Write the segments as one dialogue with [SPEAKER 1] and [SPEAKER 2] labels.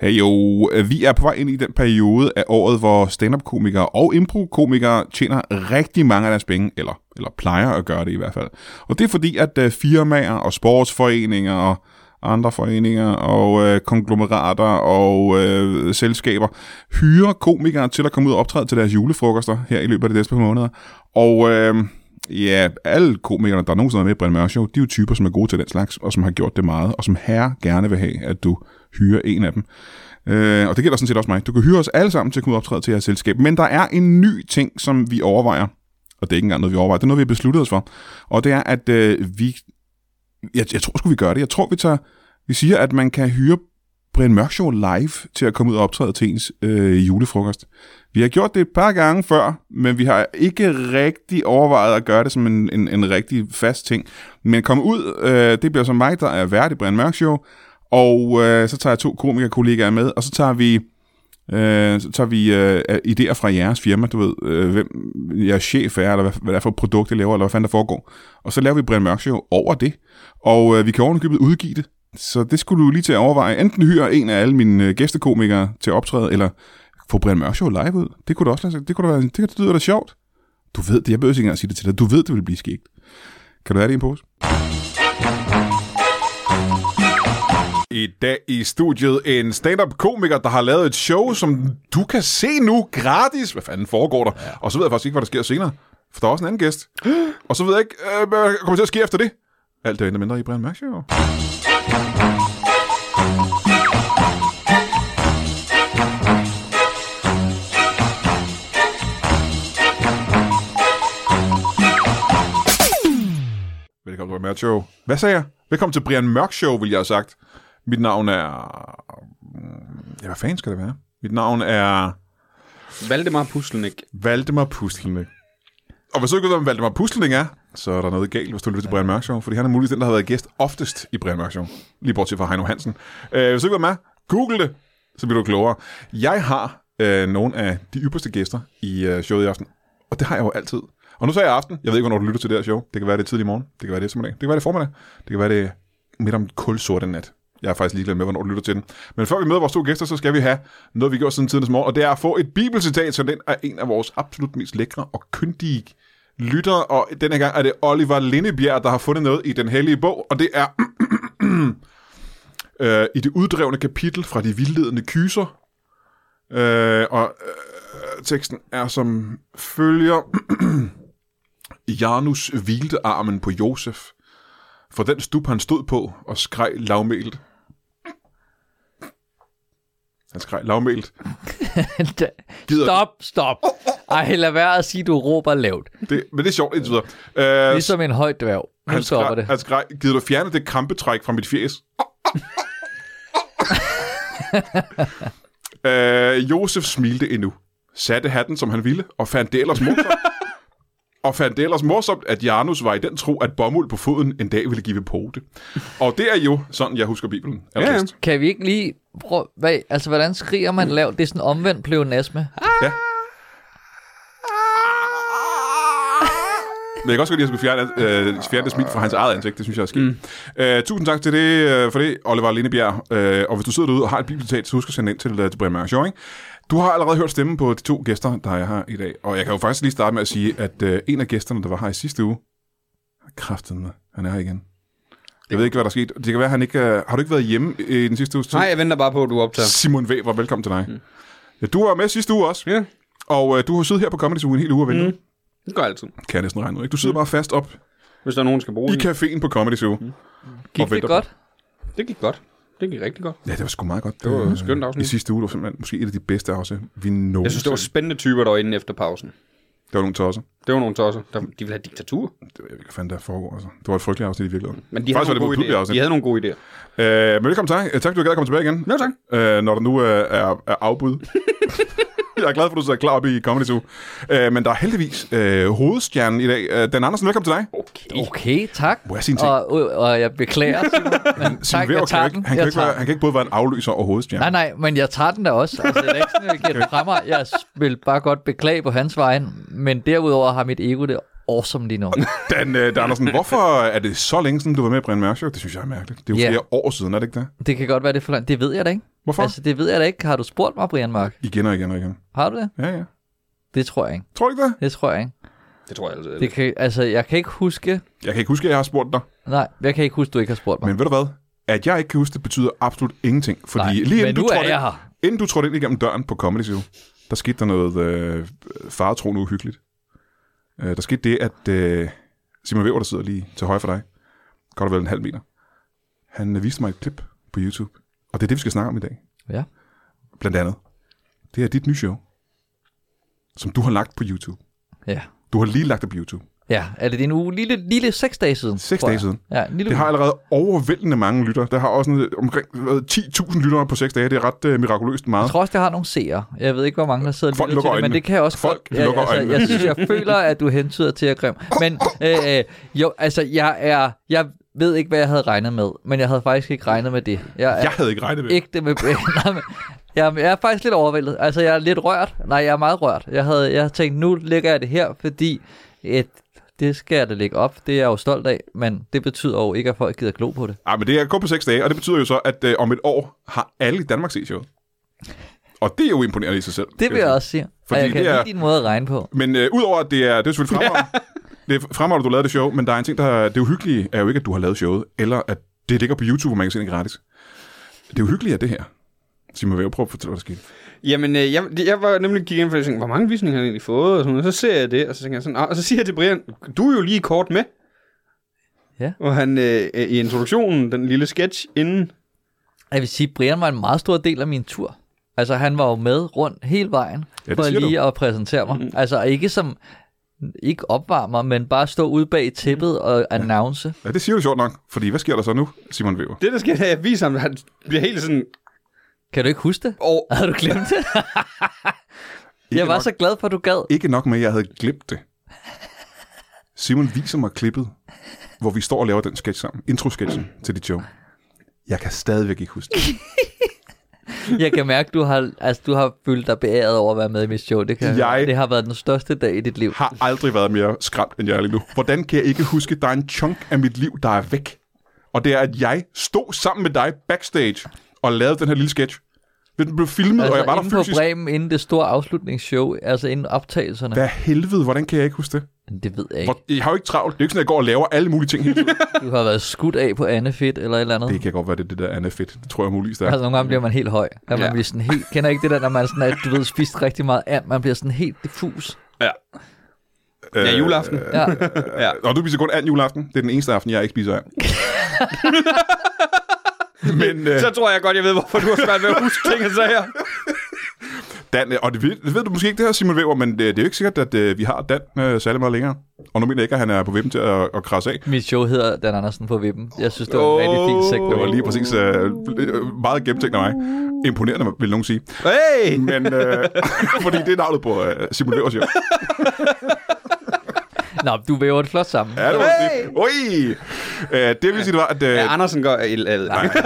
[SPEAKER 1] Hey jo, vi er på vej ind i den periode af året, hvor stand-up-komikere og impro-komikere tjener rigtig mange af deres penge, eller, eller plejer at gøre det i hvert fald. Og det er fordi, at øh, firmaer og sportsforeninger og andre foreninger og øh, konglomerater og øh, selskaber hyrer komikere til at komme ud og optræde til deres julefrokoster her i løbet af de næste par måneder. Og øh, ja, alle komikere, der nogensinde er med i Brian Mørk Show, de er jo typer, som er gode til den slags, og som har gjort det meget, og som herre gerne vil have, at du hyrer en af dem. Øh, og det gælder sådan set også mig. Du kan hyre os alle sammen til at kunne optræde til jeres selskab. Men der er en ny ting, som vi overvejer. Og det er ikke engang noget, vi overvejer. Det er noget, vi har besluttet os for. Og det er, at øh, vi... Jeg, jeg tror sgu, vi gør det. Jeg tror, vi tager... Vi siger, at man kan hyre Brian Mørk Show live til at komme ud og optræde til ens øh, julefrokost. Vi har gjort det et par gange før, men vi har ikke rigtig overvejet at gøre det som en, en, en rigtig fast ting. Men komme ud, øh, det bliver så mig, der er vært i Brian Mørk Show, og øh, så tager jeg to komikerkollegaer med, og så tager vi, øh, så tager vi øh, idéer fra jeres firma, du ved, øh, hvem jeres chef er, eller hvad, hvad det er for et produkt, I laver, eller hvad fanden der foregår. Og så laver vi Brian Mørk Show over det, og øh, vi kan ovenikøbet udgive det. Så det skulle du lige til at overveje. Enten hyre en af alle mine øh, gæstekomikere til at optræde, eller få Brian Mørk Show live ud. Det kunne da også lade sig, det kunne da være, det, det lyder da sjovt. Du ved det, jeg behøver ikke engang at sige det til dig. Du ved, det vil blive skægt. Kan du have det i en pose? I dag i studiet en stand-up-komiker, der har lavet et show, som du kan se nu gratis. Hvad fanden foregår der? Ja. Og så ved jeg faktisk ikke, hvad der sker senere. For der er også en anden gæst. Og så ved jeg ikke, øh, hvad der kommer til at ske efter det. Alt det er mindre i Brian Mørk Show. Velkommen til Brian Mørk Show. Hvad sagde jeg? Velkommen til Brian Mørk Show, vil jeg have sagt. Mit navn er... mm, Ja, hvad fanden skal det være? Mit navn er
[SPEAKER 2] Valdemar Puslenik.
[SPEAKER 1] Valdemar Puslenik. Og hvis du ikke ved, hvem Valdemar Puslenik er, så er der noget galt, hvis du lytter til Brian Mørk Show, fordi han er muligvis den, der har været gæst oftest i Brian Mørk Show. Lige bortset fra Heino Hansen. Øh, hvis du ikke ved, hvem er, google det, så bliver du klogere. Jeg har øh, nogle af de ypperste gæster i øh, showet i aften, og det har jeg jo altid. Og nu sagde jeg aften. Jeg ved ikke, hvornår du lytter til det her show. Det kan være det er tidlig morgen. Det kan være det er eftermiddag. Det kan være det er formiddag. Det kan være det er midt om kulsorte nat. Jeg er faktisk ligeglad med, hvornår du lytter til den. Men før vi møder vores to gæster, så skal vi have noget, vi gjorde siden tidens morgen, og det er at få et bibelcitat, så den er en af vores absolut mest lækre og kyndige lyttere, og denne gang er det Oliver Lindebjerg, der har fundet noget i den hellige bog, og det er øh, i det uddrevne kapitel fra de vildledende kyser. Øh, og øh, teksten er som følger. Janus hvilte armen på Josef, for den stup han stod på og skreg lavmælt. Han skreg lavmælt.
[SPEAKER 3] Da-
[SPEAKER 1] Gider-
[SPEAKER 3] stop, stop. Ej, lad være at sige, du råber lavt.
[SPEAKER 1] Det, men det er sjovt, indtil videre. Øh,
[SPEAKER 3] Ligesom en høj dværg. Nu
[SPEAKER 1] han
[SPEAKER 3] stopper
[SPEAKER 1] skreg,
[SPEAKER 3] det.
[SPEAKER 1] han skreg, gider du fjerne det krampetræk fra mit fjes? øh, Josef smilte endnu, satte hatten, som han ville, og fandt det ellers morsomt. og fandt det ellers morsomt, at Janus var i den tro, at bomuld på foden en dag ville give pote. Og det er jo sådan, jeg husker Bibelen. Ja, ja.
[SPEAKER 3] Kan vi ikke lige... Prøv, hvad, altså, hvordan skriger man lavt? Det er sådan omvendt pleonasme.
[SPEAKER 1] Ja. Men jeg kan også godt lide, at jeg skulle fjerne, øh, fjerne det smil fra hans eget ansigt. Det synes jeg er skidt. Mm. Øh, tusind tak til det, øh, for det, Oliver Lindebjerg. Øh, og hvis du sidder derude og har et bibelcitat, så husk at sende det ind til, øh, til Brian Mørk Show, ikke? Du har allerede hørt stemmen på de to gæster, der er her i dag. Og jeg kan jo faktisk lige starte med at sige, at øh, en af gæsterne, der var her i sidste uge, kræftende, han er her igen. Jeg ved ikke, hvad der er sket. Det kan være, han ikke... Øh, har du ikke været hjemme i den sidste uge?
[SPEAKER 2] Nej, jeg venter bare på, at du optager.
[SPEAKER 1] Simon Weber, velkommen til dig. Mm. Ja, du var med sidste uge også.
[SPEAKER 2] Ja,
[SPEAKER 1] Og øh, du har siddet her på Comedy Zoo en hel uge og ventet. Mm.
[SPEAKER 2] det går altid.
[SPEAKER 1] Kan jeg næsten regne ud, ikke? Du
[SPEAKER 2] Mm.
[SPEAKER 1] sidder bare fast op
[SPEAKER 2] Hvis der er nogen, der skal bruge
[SPEAKER 1] i
[SPEAKER 2] det.
[SPEAKER 1] caféen på Comedy Zoo. Mm.
[SPEAKER 3] Gik
[SPEAKER 1] venter
[SPEAKER 3] det
[SPEAKER 1] på-
[SPEAKER 3] godt?
[SPEAKER 2] Det gik godt. Det gik rigtig godt.
[SPEAKER 1] Ja, det var sgu meget godt.
[SPEAKER 2] Det var
[SPEAKER 1] øh,
[SPEAKER 2] et skønt afsnit.
[SPEAKER 1] I sidste uge, det var simpelthen måske et af de bedste afsnit, vi nåede.
[SPEAKER 2] Jeg synes, det var spændende typer, der var inde efter pausen.
[SPEAKER 1] der var nogle tosser.
[SPEAKER 2] Det var nogle tosser. Der, de ville have diktatur.
[SPEAKER 1] Det ved jeg ikke, hvad fanden der foregår. Altså. Det var et frygteligt afsnit i virkeligheden.
[SPEAKER 2] Men de
[SPEAKER 1] Faktisk var
[SPEAKER 2] havde,
[SPEAKER 1] det
[SPEAKER 2] nogle
[SPEAKER 1] et
[SPEAKER 2] gode
[SPEAKER 1] modbydeligt
[SPEAKER 2] idéer.
[SPEAKER 1] afsnit.
[SPEAKER 2] de havde nogle gode
[SPEAKER 1] Øh,
[SPEAKER 2] idéer.
[SPEAKER 1] men velkommen tak. Øh, Tak, du gad at komme tilbage igen.
[SPEAKER 2] Nå, tak.
[SPEAKER 1] Øh, når der nu øh, er, er afbud. jeg er glad for, at du sidder klar op i Comedy Zoo. Øh, men der er heldigvis øh, hovedstjernen i dag. Øh, Dan Andersen, velkommen til dig.
[SPEAKER 2] Okay.
[SPEAKER 3] Okay, tak.
[SPEAKER 1] Må jeg sige en ting?
[SPEAKER 3] og, og, og jeg beklager, Simon, men
[SPEAKER 1] Simon Weber
[SPEAKER 3] tak, jeg
[SPEAKER 1] kan jo
[SPEAKER 3] tager
[SPEAKER 1] ikke,
[SPEAKER 3] den.
[SPEAKER 1] han, kan jo
[SPEAKER 3] Jeg
[SPEAKER 1] ikke være,
[SPEAKER 3] tager
[SPEAKER 1] han kan ikke både være en afløser og hovedstjerne.
[SPEAKER 3] Nej, nej, men jeg tager den da også. Altså, det er ikke sådan, at jeg giver den fra mig. Jeg vil bare godt beklage på hans vejen, men derudover har mit ego det awesome lige nu.
[SPEAKER 1] Dan, øh, Dan Andersen, hvorfor er det så længe siden, du var med i Brian Mørk Show? Det synes jeg er mærkeligt. Det er jo
[SPEAKER 3] Ja.
[SPEAKER 1] flere år siden, er det ikke det?
[SPEAKER 3] Det kan godt være, det er for langt. Det ved jeg da ikke.
[SPEAKER 1] Hvorfor? Altså...
[SPEAKER 3] Altså, det ved jeg da ikke. Har du spurgt mig, Brian Mørk?
[SPEAKER 1] Igen og igen og igen.
[SPEAKER 3] Har du det?
[SPEAKER 1] Ja, ja.
[SPEAKER 3] Det tror jeg ikke.
[SPEAKER 1] Tror du ikke det?
[SPEAKER 3] Det tror jeg ikke.
[SPEAKER 2] Det tror jeg altid.
[SPEAKER 3] Det
[SPEAKER 2] Det...
[SPEAKER 3] kan, altså, jeg kan ikke huske...
[SPEAKER 1] Jeg kan ikke huske, at jeg har spurgt dig.
[SPEAKER 3] Nej, jeg kan ikke huske, du ikke har spurgt mig.
[SPEAKER 1] Men ved du hvad? At jeg ikke kan huske, det betyder absolut ingenting. Fordi
[SPEAKER 3] Nej,
[SPEAKER 1] lige inden
[SPEAKER 3] men nu
[SPEAKER 1] du,
[SPEAKER 3] er
[SPEAKER 1] trådte
[SPEAKER 3] jeg
[SPEAKER 1] ind,
[SPEAKER 3] her.
[SPEAKER 1] inden du trådte ind igennem døren på Comedy Zoo, der skete der noget øh, faretroende uhyggeligt. Øh, der skete det, at øh, Simon Weber, der sidder lige til højre for dig, godt og vel en halv meter, han øh, viste mig et klip på YouTube. Og det er det, vi skal snakke om i dag.
[SPEAKER 3] Ja.
[SPEAKER 1] Blandt andet. Det er dit nye show, som du har lagt på YouTube.
[SPEAKER 3] Ja.
[SPEAKER 1] Du har lige lagt det på YouTube.
[SPEAKER 3] Ja, er det en uge? Lille, lille seks dage siden.
[SPEAKER 1] Seks
[SPEAKER 3] tror jeg.
[SPEAKER 1] dage siden.
[SPEAKER 3] Ja, en lille
[SPEAKER 1] Det har allerede overvældende mange lytter. Der har også sådan, øh, omkring øh, 10.000 lyttere på 6 dage. Det er ret uh, mirakuløst meget.
[SPEAKER 3] Jeg tror også, det har nogle seere. Jeg ved ikke, hvor mange der sidder og
[SPEAKER 1] Folk
[SPEAKER 3] lytter
[SPEAKER 1] lukker
[SPEAKER 3] til det, men
[SPEAKER 1] øjnene.
[SPEAKER 3] det kan jeg også
[SPEAKER 1] Folk
[SPEAKER 3] godt. Jeg,
[SPEAKER 1] lukker øjnene.
[SPEAKER 3] jeg, synes, jeg føler, at du hentyder til at grim. Men øh, øh, jo, altså, jeg er... Jeg ved ikke, hvad jeg havde regnet med, men jeg havde faktisk ikke regnet med det. Jeg er
[SPEAKER 1] Jeg havde ikke regnet med det.
[SPEAKER 3] ægte med... Nej, men- Jamen, jeg er faktisk lidt overvældet. Altså, jeg er lidt rørt. Nej, jeg er meget rørt. Jeg havde, jeg havde tænkt, nu lægger jeg det her, fordi et, det skal jeg da lægge op. Det er jeg jo stolt af, men det betyder jo ikke, at folk gider glo på det.
[SPEAKER 1] Ej, Ah, men det er kun på 6 dage, og det betyder jo så, at øh, om et år har alle i Danmark set showet. Og det er jo imponerende i sig selv.
[SPEAKER 3] Det vil jeg også sige.
[SPEAKER 1] Fordi
[SPEAKER 3] Fordi og jeg kan
[SPEAKER 1] det er-
[SPEAKER 3] er... lide din måde at regne på.
[SPEAKER 1] Men øh, udover at det er, det er selvfølgelig fremragende, det er fremragende, du lavede det show, men der er en ting, der er, det uhyggelige er jo ikke, at du har lavet showet, eller at det ligger på YouTube, og man kan se det gratis. Det uhyggelige er det her. Simon Væver, prøv at fortælle, hvad der skete.
[SPEAKER 2] Jamen, øh, jeg, det- jeg var nemlig gik ind for, jeg tænkte, hvor mange visninger har jeg egentlig fået? Og, sådan, noget. så ser jeg det, og så tænker jeg sådan, "Ah," og så siger jeg til Brian, du er jo lige kort med.
[SPEAKER 3] Ja.
[SPEAKER 2] Og han øh, øh, i introduktionen, den lille sketch inden,
[SPEAKER 3] Jeg vil sige, Brian var en meget stor del af min tur. Altså, han var jo med rundt hele vejen,
[SPEAKER 1] Ja, det
[SPEAKER 3] for
[SPEAKER 1] siger Mm-hmm.
[SPEAKER 3] lige at præsentere mig. Mm. Altså, ikke som ikke opvarmer, men bare stå ude bag
[SPEAKER 1] Mm.
[SPEAKER 3] tæppet og announce.
[SPEAKER 1] Ja, det siger du sjovt nok, fordi hvad sker der så nu, Simon Væver?
[SPEAKER 2] det der sker, da jeg viser ham, han bliver helt sådan,
[SPEAKER 3] Kan du ikke huske det?
[SPEAKER 2] og
[SPEAKER 3] Har du glemt det?
[SPEAKER 1] Ikke
[SPEAKER 3] jeg var
[SPEAKER 1] nok-
[SPEAKER 3] så glad for, at du gad.
[SPEAKER 1] Ikke nok med, at jeg havde glemt det. Simon viser mig klippet, hvor vi står og laver den sketch sammen. Intro-sketchen til dit show. Jeg kan stadigvæk ikke huske det.
[SPEAKER 3] Jeg kan mærke, du har, altså, du har følt dig beæret over at være med i mit show. Det, kan
[SPEAKER 1] Jeg-
[SPEAKER 3] jeg... det har været den største dag i dit liv.
[SPEAKER 1] Har aldrig været mere skræmt, end jeg er lige nu. Hvordan kan jeg ikke huske, der er en chunk af mit liv, der er væk? Og det er, at jeg stod sammen med dig backstage og lavede den her lille sketch. Den blev filmet, altså, og jeg var
[SPEAKER 3] inde
[SPEAKER 1] der fysisk.
[SPEAKER 3] på Bremen, inden det store afslutningsshow, altså inden optagelserne.
[SPEAKER 1] Hvad helvede, hvordan kan jeg ikke huske det?
[SPEAKER 3] Det ved jeg ikke.
[SPEAKER 1] Hvor, jeg har jo ikke travlt. Det er jo ikke sådan, at jeg går og laver alle mulige ting hele tiden.
[SPEAKER 3] Du har været skudt af på Anne Fedt eller et eller andet.
[SPEAKER 1] Det kan godt være, det er det der Anna fedt. Det tror jeg muligvis, det er.
[SPEAKER 3] Altså, nogle gange bliver man helt høj. At man
[SPEAKER 2] Ja.
[SPEAKER 3] bliver sådan helt, kender ikke det der, når man sådan, at du ved, spist rigtig meget and, man bliver sådan helt diffus.
[SPEAKER 2] ja,
[SPEAKER 1] Øh,
[SPEAKER 2] ja juleaften.
[SPEAKER 3] Ja.
[SPEAKER 2] Ja.
[SPEAKER 1] Og du spiser kun and juleaften. Det er den eneste aften, jeg ikke spiser and. Men øh,
[SPEAKER 2] Så tror jeg godt, jeg ved, hvorfor du har svært ved at huske ting og sager.
[SPEAKER 1] Dan, øh, og det ved, det ved du måske ikke det her, Simon Weber, men øh, det er jo ikke sikkert, at øh, vi har Dan øh, særlig meget længere. Og nu mener jeg ikke, at han er på vippen til at, at krasse af.
[SPEAKER 3] Mit show hedder Dan Andersen på Vippen. Jeg synes, det var en
[SPEAKER 2] Åh.
[SPEAKER 3] rigtig fin
[SPEAKER 1] Det var
[SPEAKER 3] segment.
[SPEAKER 1] lige præcis øh, øh, meget gennemtænkt af mig. Imponerende, vil nogen sige.
[SPEAKER 2] Hey!
[SPEAKER 1] Men, øh, fordi det er navnet på øh, Simon Webers hjem.
[SPEAKER 3] Nå, du væver det flot sammen.
[SPEAKER 1] Ja, det var det. Oi! Øh, det vil sige, det var, at øh,
[SPEAKER 2] Ja, Andersen går... Jeg ved det ikke.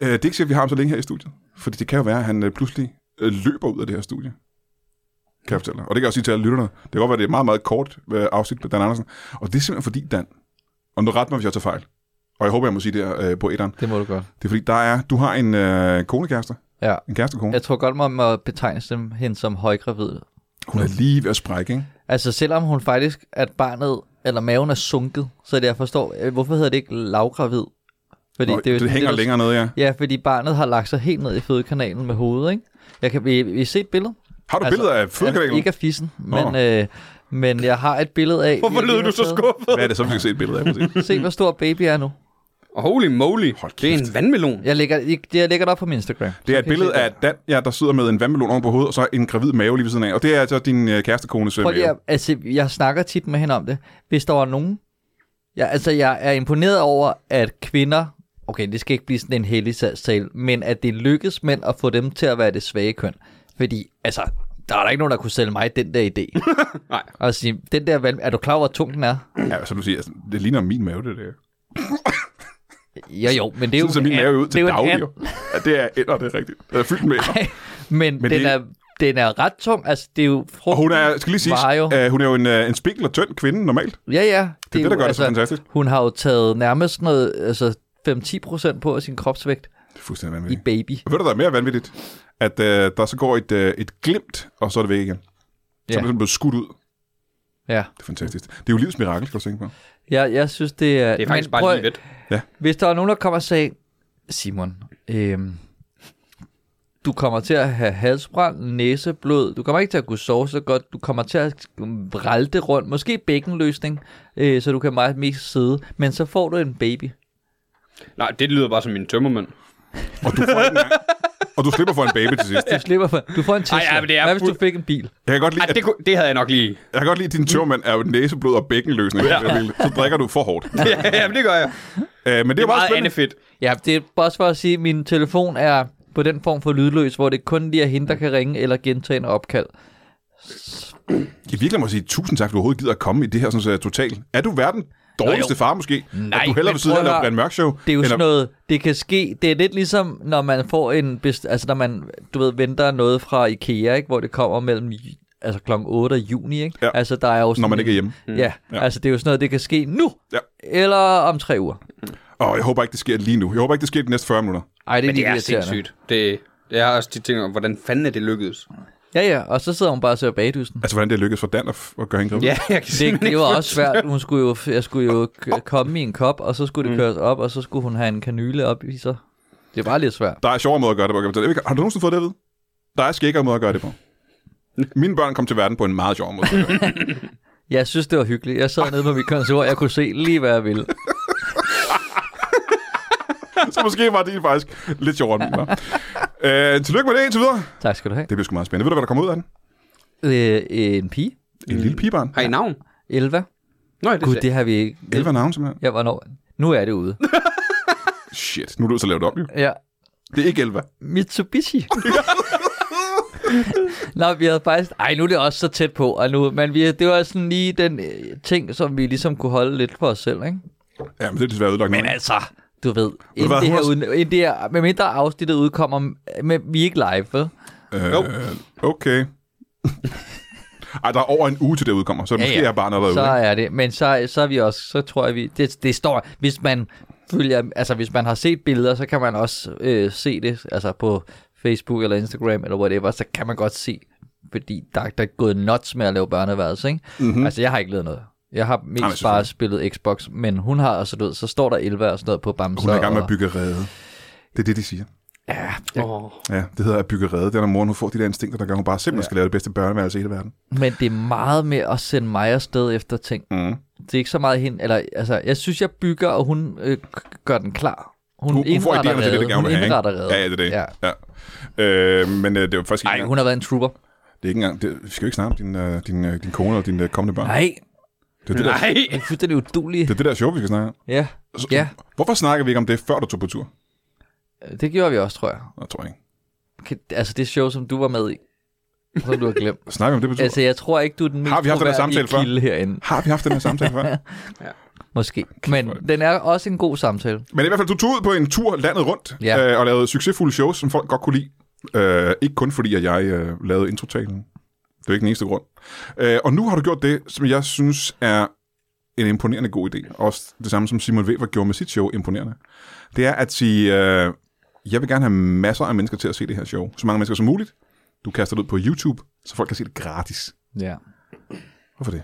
[SPEAKER 1] øh, det er ikke sikkert, at vi har ham så længe her i studiet. Fordi det kan jo være, at han øh, pludselig øh, løber ud af det her studie. Kan jeg fortælle dig. Og det kan jeg også sige til alle lytterne. Det kan godt være, at det er et meget, meget kort øh, afsnit med Dan Andersen. Og det er simpelthen fordi, Dan, og nu ret mig, hvis jeg tager fejl, og jeg håber, jeg må sige det her øh, på etteren,
[SPEAKER 3] Det må du godt.
[SPEAKER 1] det er fordi, der er, du har en øh, konekæreste,
[SPEAKER 3] Ja.
[SPEAKER 1] en kærestekone.
[SPEAKER 3] Jeg tror godt, man må betegne dem, hende som højgravid.
[SPEAKER 1] Hun er lige ved at sprække, ikke?
[SPEAKER 3] Altså, selvom hun faktisk, at barnet eller maven er sunket, så er det, jeg forstår, øh, hvorfor hedder det ikke lavgravid? Fordi
[SPEAKER 1] Nå, det, det, det hænger
[SPEAKER 3] der-
[SPEAKER 1] det, længere nede, ja.
[SPEAKER 3] Ja, fordi barnet har lagt sig helt ned i fødekanalen med hovedet, ikke? Jeg kan, vi, vi se et billede?
[SPEAKER 1] Har du
[SPEAKER 3] Altså,
[SPEAKER 1] altså, billeder af
[SPEAKER 3] Altså,
[SPEAKER 1] fødekanalen?
[SPEAKER 3] ikke af fissen, men, øh, men jeg har et billede af...
[SPEAKER 2] Hvorfor lød du så skuffet?
[SPEAKER 1] Hvad er det så, vi kan se et billede af? præcis?
[SPEAKER 3] Se, hvor stor baby er nu.
[SPEAKER 2] Holy moly. det er en vandmelon.
[SPEAKER 3] Jeg lægger, jeg, jeg lægger det op på min Instagram.
[SPEAKER 1] Det er
[SPEAKER 3] Så
[SPEAKER 1] et
[SPEAKER 3] kan I
[SPEAKER 1] billede
[SPEAKER 3] se det.
[SPEAKER 1] af Dan, ja, der sidder med en vandmelon oven på hovedet, og så en gravid mave lige ved siden af. Og det er altså din øh, kærestekones øh,
[SPEAKER 3] Prøv lige
[SPEAKER 1] mave.
[SPEAKER 3] at, altså, jeg snakker tit med hende om det. Hvis der var nogen... Jeg, altså, jeg er imponeret over, at kvinder... Okay, det skal ikke blive sådan en hellig salg, men at det lykkes mænd at få dem til at være det svage køn. Fordi, altså, der er der ikke nogen, der kunne sælge mig den der idé.
[SPEAKER 2] Nej.
[SPEAKER 3] Og sige, den der valg, er du klar over, hvor tung den er?
[SPEAKER 1] Ja, som du siger, altså, det ligner min mave, det der.
[SPEAKER 3] Jo, jo, men det er jo...
[SPEAKER 1] Det ser min
[SPEAKER 3] en
[SPEAKER 1] mave ud
[SPEAKER 3] and.
[SPEAKER 1] til
[SPEAKER 3] Det er jo en
[SPEAKER 1] daglig.
[SPEAKER 3] and.
[SPEAKER 1] jo. Ja, det er ænder, det er rigtigt. Det er fyldt med ænder.
[SPEAKER 3] men,
[SPEAKER 1] Men
[SPEAKER 3] men den,
[SPEAKER 1] det-
[SPEAKER 3] det... er, den er ret tung. Altså, det er jo frugt.
[SPEAKER 1] Og hun er, skal lige sige,
[SPEAKER 3] Var jo.
[SPEAKER 1] øh, hun er jo en, øh, en spinkel og tynd kvinde normalt.
[SPEAKER 3] Ja, ja.
[SPEAKER 1] det,
[SPEAKER 3] er
[SPEAKER 1] der
[SPEAKER 3] jo-
[SPEAKER 1] gør det så fantastisk.
[SPEAKER 3] Hun har jo taget nærmest noget, altså 5-10 procent på af sin kropsvægt.
[SPEAKER 1] Det er fuldstændig
[SPEAKER 3] i
[SPEAKER 1] vanvittigt.
[SPEAKER 3] Baby.
[SPEAKER 1] Og ved du, der er mere vanvittigt? At øh, der så går et, øh, et glimt, og så er det væk igen. Så
[SPEAKER 3] Ja.
[SPEAKER 1] er det sådan blevet skudt ud.
[SPEAKER 3] Ja.
[SPEAKER 1] Det er fantastisk. Det er jo livets mirakel, skal du tænke på.
[SPEAKER 3] Jeg, jeg synes, det er...
[SPEAKER 2] Det er faktisk
[SPEAKER 3] Men
[SPEAKER 2] bare
[SPEAKER 3] prøv-
[SPEAKER 2] lige lidt.
[SPEAKER 3] Hvis der var nogen, der kom og sagde, Simon, øhm, du kommer til at have halsbrand, næseblod, du kommer ikke til at kunne sove så godt, du kommer til at ralte rundt, måske bækkenløsning, øh, så du kan meget mest sidde, men så får du en baby.
[SPEAKER 2] Nej, det lyder bare som min tømmermand.
[SPEAKER 1] Og du, får ikke engang, og du slipper for en baby til sidst.
[SPEAKER 3] Du slipper for, du får en Tesla.
[SPEAKER 2] Ej, ej, men det er
[SPEAKER 3] Hvad hvis du
[SPEAKER 2] fuld-
[SPEAKER 3] fik en bil?
[SPEAKER 1] Jeg kan godt lide,
[SPEAKER 2] Ej,
[SPEAKER 1] at,
[SPEAKER 2] det, kunne, det havde jeg nok lige.
[SPEAKER 1] jeg kan godt lide at din tørmand er jo næseblod og bækkenløsning. Ja. Så drikker du for hårdt.
[SPEAKER 2] ja, jamen, det gør jeg.
[SPEAKER 1] Øh, men det
[SPEAKER 2] Det
[SPEAKER 1] er meget
[SPEAKER 2] er meget
[SPEAKER 1] spændende.
[SPEAKER 2] andet fedt.
[SPEAKER 3] Ja, det er bare også for at sige, at min telefon er på den form for lydløs, hvor det kun lige er hende, der kan ringe eller gentage en opkald.
[SPEAKER 1] Jeg virkelig må sige tusind tak, for du overhovedet gider at komme i det her sådan, så totalt. Er du verden dårligste far måske?
[SPEAKER 3] Nej,
[SPEAKER 1] at du hellere
[SPEAKER 3] men
[SPEAKER 1] vil sidde her
[SPEAKER 3] prøv
[SPEAKER 1] og lave
[SPEAKER 3] at-
[SPEAKER 1] Brian Mørk Show?
[SPEAKER 3] Det er jo
[SPEAKER 1] end
[SPEAKER 3] sådan
[SPEAKER 1] at-
[SPEAKER 3] noget, det kan ske, det er lidt ligesom, når man får en, best, altså når man, du ved, venter noget fra IKEA, ikke, hvor det kommer mellem ju- altså kl. 8 og juni, ikke?
[SPEAKER 1] Ja.
[SPEAKER 3] Altså der er jo sådan,
[SPEAKER 1] Når man ikke er hjemme.
[SPEAKER 3] Mm. Ja,
[SPEAKER 1] Ja.
[SPEAKER 3] ja, altså det er jo sådan noget, det kan ske nu,
[SPEAKER 1] Ja.
[SPEAKER 3] eller om tre uger.
[SPEAKER 1] Åh, jeg håber ikke, det sker lige nu. Jeg håber ikke, det sker de næste 40 minutter.
[SPEAKER 3] Ej, det er,
[SPEAKER 2] Men det
[SPEAKER 3] lidt
[SPEAKER 2] er
[SPEAKER 3] irriterende.
[SPEAKER 2] sindssygt. Det, jeg har også de ting om, hvordan fanden er det lykkedes?
[SPEAKER 3] Ja, ja, og så sidder hun bare og ser bagdysten.
[SPEAKER 1] Altså, hvordan det er lykkedes for Dan at, f- at gøre hende gravid.
[SPEAKER 2] Ja, jeg kan
[SPEAKER 3] Det,
[SPEAKER 2] simpelthen
[SPEAKER 3] det
[SPEAKER 2] ikke
[SPEAKER 3] var
[SPEAKER 2] få-
[SPEAKER 3] også svært. Hun skulle jo, jeg skulle jo k- komme i en kop, og så skulle det køres op, og så skulle hun have en kanyle op i sig. Det var lidt svært.
[SPEAKER 1] Der er sjovere måder at gøre det på. kan jeg fortælle. Har du nogensinde fået det at vide? Der er skækkere måder at gøre det på. Mine børn kom til verden på en meget sjov måde.
[SPEAKER 3] Jeg synes, det var hyggeligt. Jeg sad nede på mit kontor, jeg kunne se lige, hvad jeg ville.
[SPEAKER 1] så måske var det faktisk lidt sjovere end min var. Øh, tillykke med det indtil videre.
[SPEAKER 3] Tak skal du have.
[SPEAKER 1] Det bliver sgu meget spændende. Ved du, hvad der kommer ud af den?
[SPEAKER 3] Øh, en pige.
[SPEAKER 1] En lille pigebarn.
[SPEAKER 2] Har I navn?
[SPEAKER 3] 11.
[SPEAKER 2] Nå, ja, det,
[SPEAKER 3] Gud,
[SPEAKER 2] det
[SPEAKER 3] det har vi ikke.
[SPEAKER 1] 11 navn, simpelthen.
[SPEAKER 3] Ja, hvornår? Nu er det ude.
[SPEAKER 1] Shit, nu er du så lavet op, jo.
[SPEAKER 3] Ja.
[SPEAKER 1] Det er ikke 11.
[SPEAKER 3] Mitsubishi. Nå, vi havde faktisk... Ej, nu er det også så tæt på, og nu... Men vi, det var sådan lige den øh, ting, som vi ligesom kunne holde lidt for os selv, ikke?
[SPEAKER 1] Ja, men det er desværre ødelagt.
[SPEAKER 3] Men altså, du ved, inden
[SPEAKER 1] hvad,
[SPEAKER 3] det, her,
[SPEAKER 1] hun
[SPEAKER 3] uden, inden det her, med mindre afsnittet udkommer, men vi er ikke live, vel?
[SPEAKER 2] Jo.
[SPEAKER 1] Øh, okay. Ej, der er over en uge til det udkommer, så ja, måske ja. er barnet allerede
[SPEAKER 3] så
[SPEAKER 1] ude.
[SPEAKER 3] er det. Men så, så er vi også, så tror jeg, vi, det, det står, hvis man følger, altså hvis man har set billeder, så kan man også øh, se det, altså på Facebook eller Instagram eller whatever, så kan man godt se, fordi der, der er gået nuts med at lave børneværelse, ikke? Mm-hmm. Altså jeg har ikke lavet noget. Jeg har mest
[SPEAKER 1] Mhm. Nej,
[SPEAKER 3] Ej,
[SPEAKER 1] men
[SPEAKER 3] bare spillet Xbox, men hun har også, du ved, så står der 11 og sådan noget på Bamser.
[SPEAKER 1] Hun er i gang med
[SPEAKER 3] og-
[SPEAKER 1] at bygge rede. Det er det, de siger.
[SPEAKER 2] er... Oh.
[SPEAKER 1] Ja, det hedder at bygge rede. Det er, når moren hun får de der instinkter, der gør, hun bare simpelthen ja. skal lave det bedste børneværelse i hele verden.
[SPEAKER 3] Men det er meget med at sende mig afsted efter ting.
[SPEAKER 1] Mm.
[SPEAKER 3] Det er ikke så meget hende, eller altså, jeg synes, jeg bygger, og hun øh, k- gør den klar. Hun,
[SPEAKER 1] Hun, hun får
[SPEAKER 3] indretter
[SPEAKER 1] idéerne til det,
[SPEAKER 3] reden.
[SPEAKER 1] det gerne
[SPEAKER 3] Hun
[SPEAKER 1] vil have.
[SPEAKER 3] indretter
[SPEAKER 1] ikke?
[SPEAKER 3] reden.
[SPEAKER 1] Ja, ja, det er det.
[SPEAKER 3] Ja.
[SPEAKER 1] Ja. Ja. Øh, men øh, det er jo faktisk ikke,
[SPEAKER 3] Ej,
[SPEAKER 1] engang,
[SPEAKER 3] hun har været en trooper.
[SPEAKER 1] det er ikke engang... Det, vi skal jo ikke snakke om din, øh, din, øh, din kone og din øh, kommende børn.
[SPEAKER 3] Nej,
[SPEAKER 1] Det, er det, der,
[SPEAKER 2] Nej,
[SPEAKER 3] det er fuldstændig udulig.
[SPEAKER 1] det er det der show, vi skal snakke om.
[SPEAKER 3] Ja.
[SPEAKER 1] Så,
[SPEAKER 3] ja,
[SPEAKER 1] Hvorfor snakker vi ikke om det, før du tog på tur?
[SPEAKER 3] det gjorde vi også, tror jeg.
[SPEAKER 1] Nå, tror jeg ikke.
[SPEAKER 3] Kan- Altså det show, som du var med i, som du har glemt.
[SPEAKER 1] Snakker vi om det på tur?
[SPEAKER 3] Altså jeg tror ikke, du er den mest
[SPEAKER 1] Har vi haft den her
[SPEAKER 3] troværdige
[SPEAKER 1] samtale før?
[SPEAKER 3] kilde herinde.
[SPEAKER 1] Har vi haft den her samtale før?
[SPEAKER 3] Måske. Men den er også en god samtale.
[SPEAKER 1] Men i hvert fald, du tog ud på en tur landet rundt
[SPEAKER 3] Ja.
[SPEAKER 1] øh, og lavede succesfulde shows, som folk godt kunne lide. Øh, ikke kun fordi, at jeg øh, lavede introtalen. Det er ikke den eneste grund. Øh, og nu har du gjort det, som jeg synes er en imponerende god idé. Også det samme, som Simon Weber gjorde med sit show, imponerende. Det er at sige, øh, jeg vil gerne have masser af mennesker til at se det her show. Så mange mennesker som muligt. Du kaster det ud på YouTube, så folk kan se det gratis.
[SPEAKER 3] Ja.
[SPEAKER 1] Hvorfor det?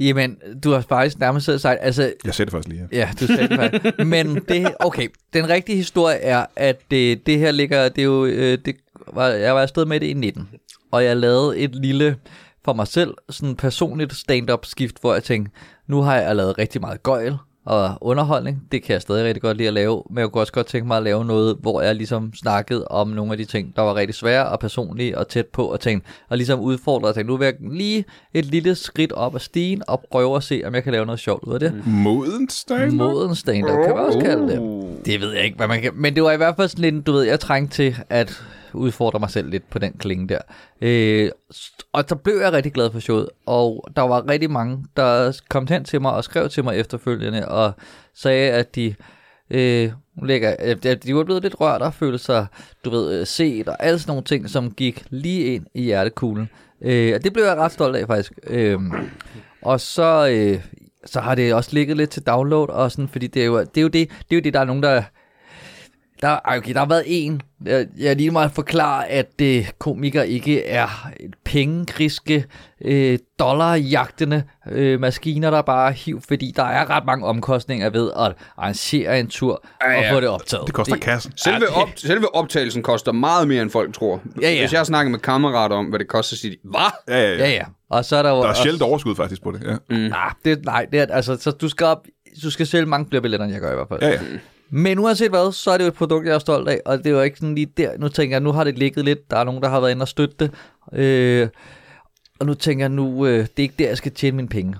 [SPEAKER 3] Jamen, du har faktisk nærmest selv sagt, altså
[SPEAKER 1] Jeg ser det faktisk lige her.
[SPEAKER 3] Ja, du sagde det faktisk. Men det, okay, den rigtige historie er, at det, det her ligger, det er jo, øh, det var, jeg var afsted med det i 19, og jeg lavede et lille, for mig selv, sådan personligt stand-up skift, hvor jeg tænkte, nu har jeg lavet rigtig meget gøjl og underholdning, det kan jeg stadig rigtig godt lide at lave, men jeg kunne også godt tænke mig at lave noget, hvor jeg ligesom snakkede om nogle af de ting, der var rigtig svære og personlige og tæt på, og tænkte, og ligesom udfordrede og tænkte, nu vil jeg lige et lille skridt op ad stigen og prøve at se, om jeg kan lave noget sjovt ud af det.
[SPEAKER 1] Moden stand
[SPEAKER 3] Moden stand-up, kan man også kalde det. Det ved jeg ikke, hvad man kan. Men det var i hvert fald sådan lidt, du ved, jeg trængte til at udfordre mig selv lidt på den klinge der. Øh, st- og så blev jeg rigtig glad for showet, og der var rigtig mange, der kom hen til mig og skrev til mig efterfølgende og sagde, at de øh, lægger, øh, de- de var blevet lidt rørt og følte sig, du ved, øh, set og alle sådan nogle ting, som gik lige ind i hjertekuglen. Øh, og det blev jeg ret stolt af faktisk. Øh, og så, øh, så har det også ligget lidt til download, og sådan, fordi det er, jo, det er jo det, det er jo det, der er nogen, der Der, ej, okay, der har været en. Jeg, jeg lige meget forklare, at øh, komikere ikke er pengegriske, øh, dollarjagtende øh, maskiner, der bare er hiv, fordi der er ret mange omkostninger ved at arrangere en tur
[SPEAKER 2] Ja,
[SPEAKER 3] og
[SPEAKER 2] ja.
[SPEAKER 3] få det optaget.
[SPEAKER 1] Det koster kassen.
[SPEAKER 2] Selve,
[SPEAKER 3] Ja, det-
[SPEAKER 2] op, selve optagelsen koster meget mere, end folk tror.
[SPEAKER 3] Ja, ja.
[SPEAKER 2] Hvis jeg snakker med kammerater om, hvad det koster, så siger de, hvad?
[SPEAKER 1] Ja, ja,
[SPEAKER 3] Ja,
[SPEAKER 1] ja.
[SPEAKER 3] ja. Og så er der jo...
[SPEAKER 1] Der er
[SPEAKER 3] også- Mm.
[SPEAKER 1] sjældent overskud faktisk på det. Ja.
[SPEAKER 3] Nej, det, nej det er, altså, så du skal, op, du skal sælge mange flere billetter, end jeg gør i hvert fald.
[SPEAKER 1] Ja, ja.
[SPEAKER 3] Men uanset hvad, så er det jo et produkt, jeg er stolt af, og det er jo ikke sådan lige der. Nu tænker jeg, nu har det ligget lidt, der er nogen, der har været inde og støtte det, øh, og nu tænker jeg, nu, øh, det er ikke der, jeg skal tjene mine penge.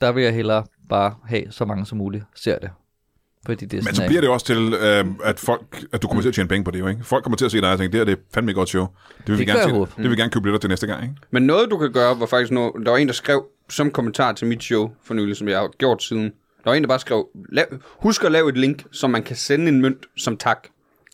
[SPEAKER 3] Der vil jeg hellere bare have så mange som muligt, ser det. Fordi det er
[SPEAKER 1] Men
[SPEAKER 3] sådan,
[SPEAKER 1] så
[SPEAKER 3] at-
[SPEAKER 1] bliver det også til, øh, at, folk, at du kommer til at tjene penge på det jo, ikke? Folk kommer til at se dig og tænke, det her det er fandme et godt show. Det vil, vi,
[SPEAKER 3] Det
[SPEAKER 1] gerne
[SPEAKER 3] gør
[SPEAKER 1] se,
[SPEAKER 3] jeg
[SPEAKER 1] det
[SPEAKER 3] håbe.
[SPEAKER 1] vil vi gerne købe billetter til næste gang, ikke?
[SPEAKER 2] Men noget, du kan gøre, var faktisk noget, der var en, der skrev som kommentar til mit show for nylig, som jeg har gjort siden. Der var en, der bare skrev, lav, husk at lave et link, så man kan sende en mønt som tak.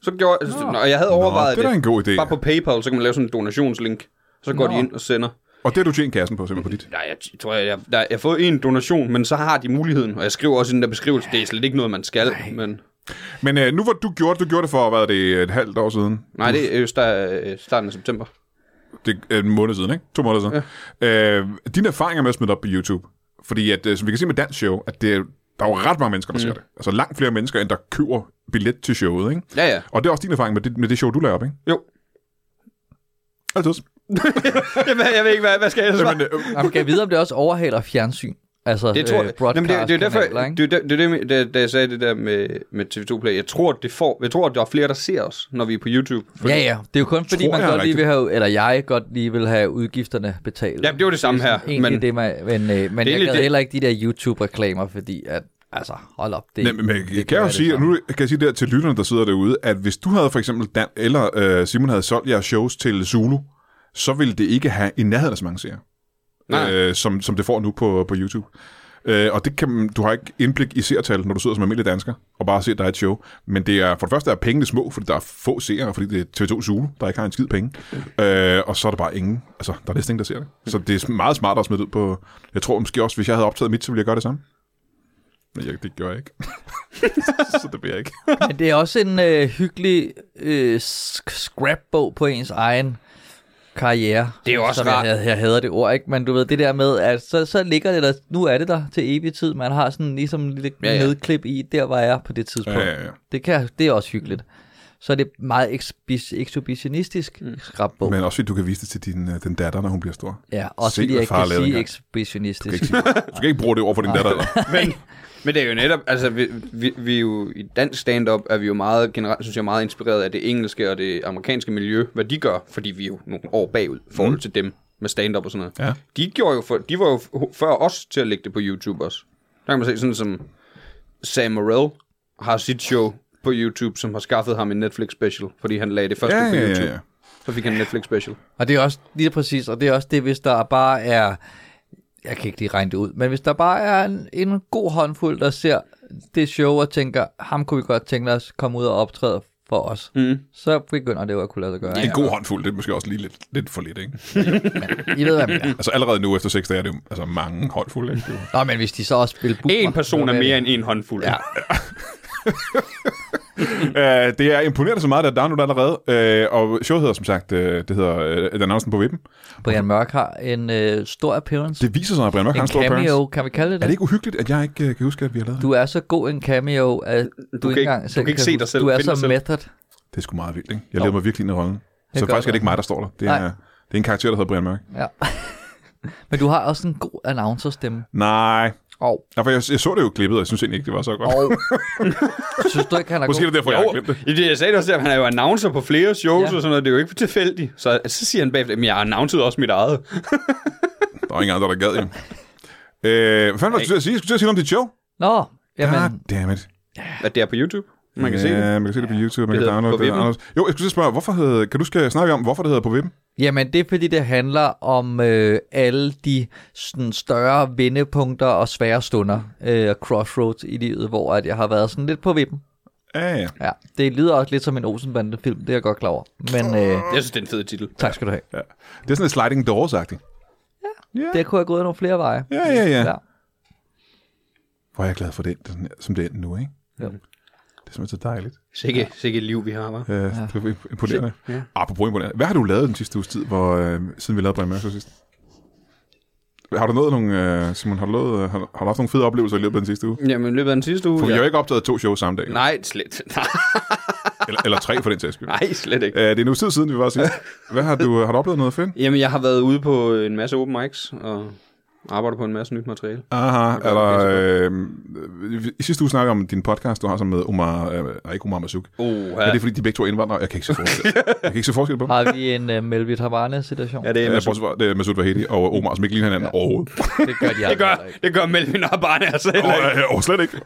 [SPEAKER 2] Så gjorde jeg, og jeg havde overvejet
[SPEAKER 1] det er da en god idé.
[SPEAKER 2] Bare på PayPal, så kan man lave sådan en donationslink. Så går Nå.
[SPEAKER 3] Nå.
[SPEAKER 2] de ind og sender.
[SPEAKER 1] Og det har du tjent kassen på, simpelthen på dit.
[SPEAKER 2] Ja, jeg t- tror, jeg, jeg, der, jeg har fået en donation, men så har de muligheden. Og jeg skriver også i den der beskrivelse, det er slet ikke noget, man skal. Nej. Men
[SPEAKER 1] Men øh, nu hvor du gjorde det, du gjorde det for, hvad er det, et halvt år siden?
[SPEAKER 2] nej, det er jo start, øh, starten af september.
[SPEAKER 1] det er en måned siden, ikke? To måneder siden. Ja. Øh, dine erfaringer med at smide det op på YouTube, fordi at, øh, som vi kan se med dansk show, at det, er- der er jo ret mange mennesker, der mm. ser det. Altså langt flere mennesker, end der køber billet til showet, ikke?
[SPEAKER 2] Ja, ja.
[SPEAKER 1] Og det er også din erfaring med det, med det show, du laver op, ikke?
[SPEAKER 2] Jo.
[SPEAKER 1] Altid.
[SPEAKER 2] Jamen, jeg ved ikke, hvad, hvad skal jeg svare?
[SPEAKER 1] Men, øh,
[SPEAKER 3] Jamen, kan jeg vide, om det også overhaler fjernsyn? Altså,
[SPEAKER 2] Det tror jeg.
[SPEAKER 3] Øh,
[SPEAKER 2] Jamen, det, det, er jo derfor,
[SPEAKER 3] broadcast-kanaler,
[SPEAKER 2] det,
[SPEAKER 3] ikke?
[SPEAKER 2] er jo det, det, er det, da, da jeg sagde det der med, med TV2 Play, jeg tror, at det får, jeg tror, at der er flere, der ser os, når vi er på YouTube. For,
[SPEAKER 3] Ja, ja. Det er jo kun fordi,
[SPEAKER 1] Tror
[SPEAKER 3] man
[SPEAKER 1] jeg er
[SPEAKER 3] godt lige vil
[SPEAKER 1] rigtigt.
[SPEAKER 3] have, eller jeg godt lige vil have udgifterne betalt.
[SPEAKER 2] ja, det var det samme her.
[SPEAKER 3] Egentlig
[SPEAKER 2] Men,
[SPEAKER 3] men, det, man, men, øh, men jeg
[SPEAKER 2] egentlig
[SPEAKER 3] gad
[SPEAKER 2] det-
[SPEAKER 3] heller ikke de der YouTube-reklamer, fordi at, altså, hold op, det,
[SPEAKER 1] Nej, men jeg
[SPEAKER 3] det
[SPEAKER 1] kan
[SPEAKER 3] være
[SPEAKER 1] jo
[SPEAKER 3] det
[SPEAKER 1] sige, og
[SPEAKER 3] samme.
[SPEAKER 1] nu kan jeg sige der til lytterne, der sidder derude, at hvis du havde for eksempel Dan eller øh, Simon havde solgt jeres shows til Zulu, så ville det ikke have i nærheden af så mange seere,
[SPEAKER 2] Nej.
[SPEAKER 1] øh, som, som det får nu på, på YouTube. Øh, og det kan, man- du har ikke indblik i seertal, når du sidder som almindelig dansker og bare ser dig et show. Men det er, for det første er pengene små, fordi der er få seere, fordi det er TV2 Zulu, der ikke har en skid penge. Øh, og så er der bare ingen, altså der er næsten ingen, der ser det. Så det er meget smartere at smide det ud på, jeg tror måske også, hvis jeg havde optaget mit, så ville jeg gøre det samme. Men jeg, det gjorde jeg ikke. så det bliver jeg ikke.
[SPEAKER 3] Men det er også en øh, hyggelig øh, sk- scrapbog på ens egen karriere.
[SPEAKER 2] Det er jo også
[SPEAKER 3] som jeg,
[SPEAKER 2] rart.
[SPEAKER 3] jeg, jeg hader det ord, ikke? Men du ved, det der med, at så, så ligger det der, nu er det der til evig tid. Man har sådan ligesom en lille
[SPEAKER 2] Ja,
[SPEAKER 3] ja,
[SPEAKER 2] ja.
[SPEAKER 3] ja. nedklip i, der var jeg på det tidspunkt.
[SPEAKER 1] Ja, ja, ja.
[SPEAKER 3] Det, kan, det er også hyggeligt. Så er det meget ekspis- ekshibitionistisk scrapbog.
[SPEAKER 1] Mm. Men også fordi du kan vise det til din, øh, den datter, når hun bliver stor.
[SPEAKER 3] Oh. ja, også
[SPEAKER 1] se,
[SPEAKER 3] fordi
[SPEAKER 1] hvad
[SPEAKER 3] jeg ikke
[SPEAKER 1] far
[SPEAKER 3] kan
[SPEAKER 1] lavede
[SPEAKER 3] sige
[SPEAKER 1] engang. Du, kan
[SPEAKER 3] ekshibitionistisk.
[SPEAKER 1] ikke sige, du skal ikke bruge det ord for din datter. Eller?
[SPEAKER 2] men, men det er jo netop, altså vi, vi, vi er jo i dansk stand-up, er vi jo meget, generelt synes jeg, meget inspireret af det engelske og det amerikanske miljø, hvad de gør, fordi vi er jo nogle år bagud i forhold til dem med stand-up og sådan noget.
[SPEAKER 1] Mm. Ja.
[SPEAKER 2] De, gjorde jo for, de var jo f- før os til at lægge det på YouTube også. Der kan man se sådan som Sam Morrell har sit show på YouTube, som har skaffet ham en Netflix special, fordi han lagde det første
[SPEAKER 1] Ja,
[SPEAKER 2] på
[SPEAKER 1] ja,
[SPEAKER 2] YouTube.
[SPEAKER 1] ja, ja.
[SPEAKER 2] Så fik han en Netflix special.
[SPEAKER 3] Og det er også lige præcis, og det er også det, hvis der bare er, jeg kan ikke lige regne det ud, men hvis der bare er en, en god håndfuld, der ser det show og tænker, ham kunne vi godt tænke os komme ud og optræde for os, mm. så begynder det jo at kunne lade sig gøre.
[SPEAKER 1] En god håndfuld, det er måske også lige lidt, lidt for lidt, ikke?
[SPEAKER 3] I ved, hvad jeg mener.
[SPEAKER 1] Altså allerede nu efter seks dage er det jo altså, mange håndfulde, ikke? Det er jo-
[SPEAKER 3] Nå, men hvis de så også vil booke
[SPEAKER 2] En
[SPEAKER 3] mig,
[SPEAKER 2] person
[SPEAKER 3] så
[SPEAKER 2] er
[SPEAKER 3] vil
[SPEAKER 2] mere
[SPEAKER 3] jeg det.
[SPEAKER 2] end en håndfuld. Ja.
[SPEAKER 1] Øh, det er imponerende så meget, at der er nu allerede. Øh, og showet hedder som sagt, øh, det hedder øh, annoncen på vippen.
[SPEAKER 3] Brian Mørk har en øh, stor appearance.
[SPEAKER 1] Det viser sig, at Brian Mørk har
[SPEAKER 3] en
[SPEAKER 1] en stor appearance.
[SPEAKER 3] cameo, kan vi kalde det
[SPEAKER 1] Er
[SPEAKER 3] det?
[SPEAKER 1] det ikke uhyggeligt, at jeg ikke øh, kan huske, at vi har lavet det?
[SPEAKER 3] Du er så god en cameo, at du,
[SPEAKER 2] kan
[SPEAKER 3] ikke
[SPEAKER 2] ikke-
[SPEAKER 3] engang
[SPEAKER 2] du
[SPEAKER 3] selv
[SPEAKER 2] kan ikke se dig
[SPEAKER 3] huske-
[SPEAKER 2] selv,
[SPEAKER 3] Du er
[SPEAKER 2] finde dig
[SPEAKER 3] så
[SPEAKER 2] selv.
[SPEAKER 3] method.
[SPEAKER 1] Det er sgu meget vildt, ikke? Jeg levede mig virkelig ind i rollen. Så
[SPEAKER 3] gør
[SPEAKER 1] faktisk er
[SPEAKER 3] du.
[SPEAKER 1] det ikke mig, der står der. Det
[SPEAKER 3] Nej.
[SPEAKER 1] er, det er en karakter, der hedder Brian Mørk.
[SPEAKER 3] Ja. men du har også en god announcerstemme.
[SPEAKER 1] Nej.
[SPEAKER 3] Og
[SPEAKER 1] Ja, for jeg, jeg så det jo klippet, og jeg synes egentlig ikke, det var så godt.
[SPEAKER 3] Og synes du ikke, han er
[SPEAKER 1] Måske er
[SPEAKER 3] god?
[SPEAKER 1] det derfor, jeg har glemt det.
[SPEAKER 2] Jeg, jeg sagde det også, at han er jo announcer på flere shows ja.
[SPEAKER 3] Ja.
[SPEAKER 2] og sådan noget. Det er jo ikke tilfældigt. Så, så siger han bagefter, at jeg announcede også mit eget.
[SPEAKER 1] Der var ingen andre, der gad, jo. Øh, hvad fanden var det, du skulle til at sige? Jeg skulle til at sige noget om dit show.
[SPEAKER 3] Nå, jamen,
[SPEAKER 1] God damn it.
[SPEAKER 2] At det er på YouTube. Man kan
[SPEAKER 1] ja,
[SPEAKER 2] se det.
[SPEAKER 1] man kan se det på YouTube, man
[SPEAKER 2] Det
[SPEAKER 1] kan
[SPEAKER 2] hedder
[SPEAKER 1] downloade
[SPEAKER 2] På
[SPEAKER 1] det.
[SPEAKER 2] Vippen.
[SPEAKER 1] Anders. Jo, jeg skulle til at spørge, hvorfor hedder, kan du skal snakke om, hvorfor det hedder på vippen?
[SPEAKER 3] jamen, det er fordi, det handler om øh, alle de sådan, større vendepunkter og svære stunder øh, og crossroads i livet, hvor at jeg har været sådan lidt på vippen.
[SPEAKER 1] Ja, ja.
[SPEAKER 3] Ja, det lyder også lidt som en Olsenbande-film, det er jeg godt klar over. Men øh,
[SPEAKER 2] Jeg synes, det er en fed titel.
[SPEAKER 3] tak skal du have.
[SPEAKER 1] ja. Det er sådan et sliding doors-agtigt.
[SPEAKER 3] Det kunne have gået nogle flere veje.
[SPEAKER 1] Ja, ja, ja.
[SPEAKER 3] Ja.
[SPEAKER 1] Hvor er jeg glad for det, den, som det er nu, ikke?
[SPEAKER 3] Jo.
[SPEAKER 1] Det er simpelthen så dejligt.
[SPEAKER 2] Sikke, ja. sikke et liv, vi har, var.
[SPEAKER 1] Øh, ja. Det var imp- imponerende. Ja.
[SPEAKER 2] Ja.
[SPEAKER 1] Apropos imponerende. Hvad har du lavet den sidste uges tid, hvor, øh, siden vi lavede Brian Mørk sidst? Har du nået nogle, øh, Simon, har du, lavet, øh, har, du- har du haft nogle fede oplevelser i løbet af den sidste uge?
[SPEAKER 2] Jamen, i løbet af den sidste uge...
[SPEAKER 1] For vi har
[SPEAKER 2] ja.
[SPEAKER 1] jo ikke optaget to shows samme dag.
[SPEAKER 2] Nej, slet.
[SPEAKER 1] Eller, eller tre for den sags skyld.
[SPEAKER 2] Nej, slet ikke.
[SPEAKER 1] Øh, det er nu tid siden, vi var sidst. Hvad har du, har du oplevet noget fedt?
[SPEAKER 2] Jamen, jeg har været ude på en masse open mics, og arbejder på en masse nyt materiale.
[SPEAKER 1] Aha,
[SPEAKER 2] er
[SPEAKER 1] eller,
[SPEAKER 2] det
[SPEAKER 1] øh, i sidste uge snakkede vi om din podcast, du har sammen med Omar, øh, nej, ikke Omar Masuk.
[SPEAKER 2] Oh,
[SPEAKER 1] Ja.
[SPEAKER 2] ja.
[SPEAKER 1] Er det fordi, de begge to er indvandrere? Jeg kan ikke se forskel. jeg kan ikke se forskel på dem.
[SPEAKER 3] Har vi en uh, Melvit Havane-situation?
[SPEAKER 2] ja, det er
[SPEAKER 1] Ja,
[SPEAKER 2] Masud.
[SPEAKER 1] bortset fra, det er Masud Vahedi og Omar, som ikke ligner hinanden ja. overhovedet.
[SPEAKER 3] Det gør de
[SPEAKER 2] Det gør,
[SPEAKER 3] andre ikke.
[SPEAKER 2] det gør Melvin og Barne altså heller ikke.
[SPEAKER 1] Åh, øh, åh, slet ikke.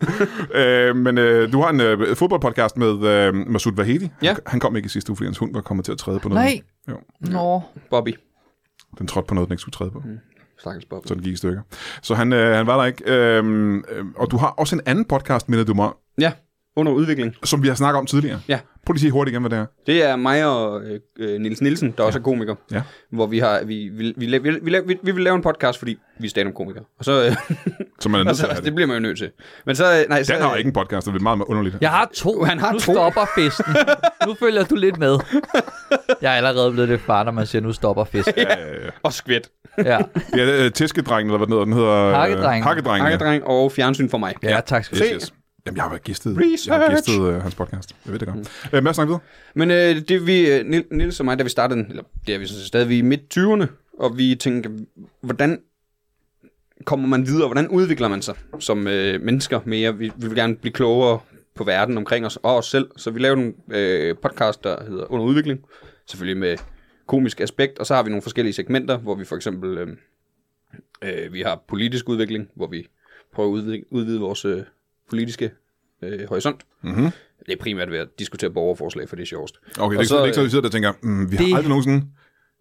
[SPEAKER 1] øh, men øh, du har en øh, fodboldpodcast med øh, Masud Vahedi.
[SPEAKER 2] Ja.
[SPEAKER 1] Han, han kom ikke i sidste uge, fordi hans hund var kommet til at træde på noget.
[SPEAKER 3] Nej.
[SPEAKER 1] Jo,
[SPEAKER 3] Nå.
[SPEAKER 2] Bobby.
[SPEAKER 1] den trådte på noget, den ikke skulle træde på. Mm.
[SPEAKER 2] Stakkels Bobby.
[SPEAKER 1] Så den gik i stykker. Så han, øh, han var der ikke. Øh, øh, og du har også en anden podcast, minder du mig, om,
[SPEAKER 2] Ja, under udvikling.
[SPEAKER 1] som vi har snakket om tidligere.
[SPEAKER 2] Ja.
[SPEAKER 1] Prøv lige at sige hurtigt igen, hvad det er.
[SPEAKER 2] Det er mig og øh, øh, Nils Nielsen, der ja. også er komiker.
[SPEAKER 1] Ja.
[SPEAKER 2] Hvor vi har vi, vi, vi, vi, vi, vi, vi vil lave en podcast, fordi vi er stand-up-komikere. Og så, øh,
[SPEAKER 1] Så man er nødt
[SPEAKER 2] altså,
[SPEAKER 1] til at have
[SPEAKER 2] det
[SPEAKER 1] det.
[SPEAKER 2] bliver man jo nødt til. Men så, øh, nej, så,
[SPEAKER 1] Dan har
[SPEAKER 2] øh,
[SPEAKER 1] ikke en podcast, det er meget, meget underligt.
[SPEAKER 3] Jeg har to.
[SPEAKER 2] Han har
[SPEAKER 3] nu
[SPEAKER 2] to.
[SPEAKER 3] stopper festen. nu følger du lidt med. Jeg er allerede blevet lidt far, når man siger, nu stopper festen.
[SPEAKER 1] Øh,
[SPEAKER 2] Og skvæt.
[SPEAKER 3] Ja,
[SPEAKER 1] det er øh, Tæskedrengen, eller hvad den hedder. Den hedder øh,
[SPEAKER 3] Hakkedrengen.
[SPEAKER 1] Hakkedrengen, ja.
[SPEAKER 2] Akkedreng og fjernsyn for mig.
[SPEAKER 3] ja tak skal du
[SPEAKER 1] Yes,
[SPEAKER 3] have.
[SPEAKER 1] yes. Jamen, jeg har været gæstet, jeg har
[SPEAKER 2] Research.
[SPEAKER 1] gæstet øh, hans podcast. Jeg ved det godt. Mm. Øh, Mads, snak videre.
[SPEAKER 2] Men øh, det vi, øh, Nil- Nils og mig, da vi startede, den- eller det er vi sådan set stadig, vi er i midt 20'erne, og vi tænkte, hvordan kommer man videre, hvordan udvikler man sig som øh, mennesker mere? Vi, vi vil gerne blive klogere på verden omkring os og os selv, så vi laver en øh, podcast, der hedder Under Udvikling, selvfølgelig med komisk aspekt, og så har vi nogle forskellige segmenter, hvor vi for eksempel, øh, øh, vi har politisk udvikling, hvor vi prøver at udvide, udvide vores øh, politiske øh, horisont.
[SPEAKER 1] Mm-hmm.
[SPEAKER 2] Det er primært ved at diskutere borgerforslag, for det er sjovest.
[SPEAKER 1] Okay, det
[SPEAKER 2] Og
[SPEAKER 1] er, så,
[SPEAKER 2] så,
[SPEAKER 1] det er ikke så,
[SPEAKER 2] øh,
[SPEAKER 1] vi sidder der og tænker, mm, vi har
[SPEAKER 3] det-
[SPEAKER 1] aldrig nogensinde...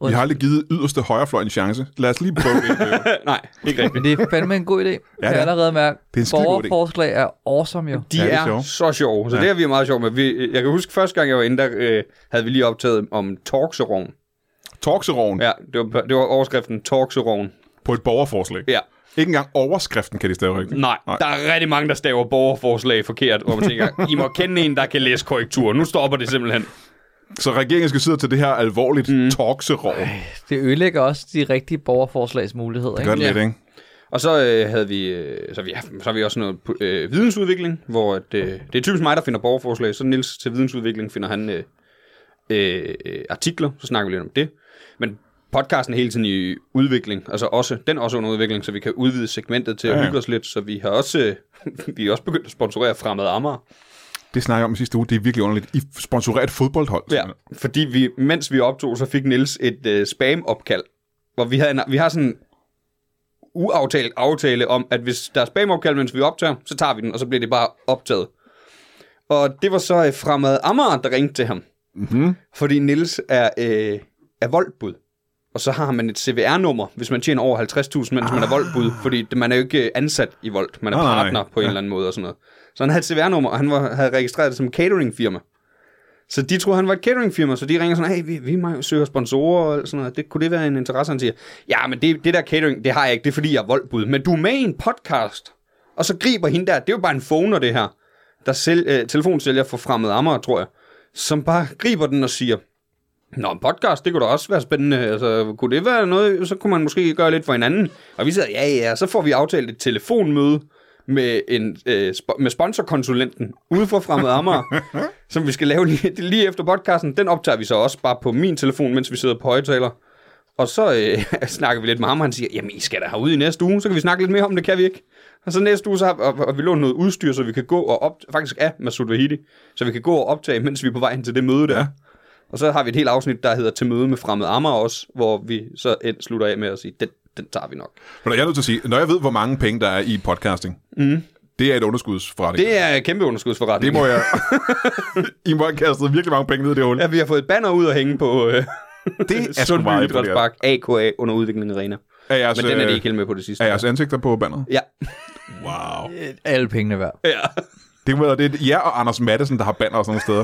[SPEAKER 1] Vi har aldrig givet yderste højrefløj en chance. Lad os lige prøve øh, det.
[SPEAKER 2] Nej, ikke rigtigt.
[SPEAKER 3] Men det er fandme en god idé. Ja,
[SPEAKER 1] det
[SPEAKER 3] jeg
[SPEAKER 1] er.
[SPEAKER 3] kan allerede mærke,
[SPEAKER 1] Det er en skidegod idé.
[SPEAKER 3] borgerforslag er awesome jo.
[SPEAKER 2] De
[SPEAKER 1] Ja,
[SPEAKER 2] ja,
[SPEAKER 1] det er
[SPEAKER 2] er,
[SPEAKER 1] sjove.
[SPEAKER 2] er så sjove, så
[SPEAKER 1] Ja.
[SPEAKER 2] ja. det er vi meget sjove med. Vi, jeg kan huske, første gang jeg var inde, der øh, havde vi lige optaget om Torxeroven.
[SPEAKER 1] Talkseroven ja.
[SPEAKER 2] Ja, det var, det var overskriften Torxeroven.
[SPEAKER 1] på et borgerforslag.
[SPEAKER 2] Ja.
[SPEAKER 1] Ikke engang overskriften kan de stave rigtigt.
[SPEAKER 2] Nej,
[SPEAKER 1] Nej.
[SPEAKER 2] Nej, der er rigtig mange, der staver borgerforslag forkert, hvor man tænker, I må kende en, der kan læse korrektur. Nu stopper det simpelthen.
[SPEAKER 1] Så regeringen skal sidde til det her alvorligt mm. talkseroven.
[SPEAKER 3] Det ødelægger også de rigtige borgerforslags muligheder.
[SPEAKER 1] Gør
[SPEAKER 3] Ikke?
[SPEAKER 1] det
[SPEAKER 2] Ja.
[SPEAKER 1] lidt, ikke?
[SPEAKER 2] Og så øh, havde vi, øh, så vi, så har vi også noget øh, vidensudvikling, hvor at, øh, det er typisk mig, der finder borgerforslag, så Nils til vidensudvikling finder han øh, øh, øh, artikler, så snakker vi lidt om det. Men podcasten er hele tiden i udvikling, altså også, den er også under udvikling, så vi kan udvide segmentet til at
[SPEAKER 1] Ja,
[SPEAKER 2] ja,
[SPEAKER 1] ja.
[SPEAKER 2] hygge os lidt, så vi har også, øh, vi er også begyndt at sponsorere Fremad Amager.
[SPEAKER 1] Det snakker jeg om i sidste uge. Det er virkelig underligt. I sponsorerer et fodboldhold.
[SPEAKER 2] Ja,
[SPEAKER 1] simpelthen.
[SPEAKER 2] fordi vi, mens vi optog, så fik Nils et øh, spam-opkald, hvor vi, havde en, vi har sådan en uaftalt aftale om, at hvis der er spam-opkald, mens vi optager, så tager vi den, og så bliver det bare optaget. Og det var så øh, Fremad Amager, der ringte til ham,
[SPEAKER 1] Mm-hmm.
[SPEAKER 2] fordi Nils er, øh, er voldbud. Og så har man et CVR-nummer, hvis man tjener over 50.000, mens ah. man er voldbud, fordi det- man er jo ikke øh, ansat i vold, man er
[SPEAKER 1] Nej, nej, nej.
[SPEAKER 2] partner på en
[SPEAKER 1] Ja.
[SPEAKER 2] eller anden måde og sådan noget. Så han havde et CVR-nummer, og han var, havde registreret det som cateringfirma. Så de troede, han var et cateringfirma, så de ringer sådan, hey, vi, vi må- søger sponsorer og sådan noget. Det, kunne det være en interesse? Han siger, ja, men det, det der catering, det har jeg ikke, det er fordi, jeg er voldbud. Men du er med i en podcast, og så griber hende der, det er jo bare en phoner, det her, der selv, øh, telefonsælger for fremmede ammer, tror jeg, som bare griber den og siger, Nå, en podcast, det kunne da også være spændende. Altså, kunne det være noget, så kunne man måske gøre lidt for hinanden. Og vi siger, ja, ja, så får vi aftalt et telefonmøde med, en, øh, sp- med sponsorkonsulenten ude fra Fremad Amager, som vi skal lave lige, lige efter podcasten. Den optager vi så også bare på min telefon, mens vi sidder på højtaler. Og så øh, snakker vi lidt med ham, og han siger, jamen I skal da herude i næste uge, så kan vi snakke lidt mere om det, kan vi ikke? Og så næste uge, så har og, og vi lånt noget udstyr, så vi kan gå og op, faktisk af Masoud Vahidi, så vi kan gå og optage, mens vi er på vej hen til det møde der.
[SPEAKER 1] Ja.
[SPEAKER 2] Og så har vi et helt afsnit, der hedder Til møde med fremmede ammer også, hvor vi så end slutter af med at sige, den, den tager vi nok.
[SPEAKER 1] Men jeg er nødt til at sige, når jeg ved, hvor mange penge der er i podcasting, mm. det er et underskudsforretning.
[SPEAKER 2] Det er kæmpe underskudsforretning.
[SPEAKER 1] det må jeg... I må have kastet virkelig mange penge ned i det hul.
[SPEAKER 2] Ja, vi har fået et banner ud at hænge på øh,
[SPEAKER 1] det
[SPEAKER 2] Sundby
[SPEAKER 1] meget
[SPEAKER 2] Idrætspark, AKA under udvikling arena.
[SPEAKER 1] Er jeres,
[SPEAKER 2] Men den er
[SPEAKER 1] øh,
[SPEAKER 2] det ikke helt med på det sidste.
[SPEAKER 1] Er jeres ansigter på banneret?
[SPEAKER 2] Ja.
[SPEAKER 1] Wow.
[SPEAKER 3] Øh, Alle pengene værd.
[SPEAKER 2] ja.
[SPEAKER 1] Det er, det er jer og Anders Madsen, der har banner og sådan nogle steder.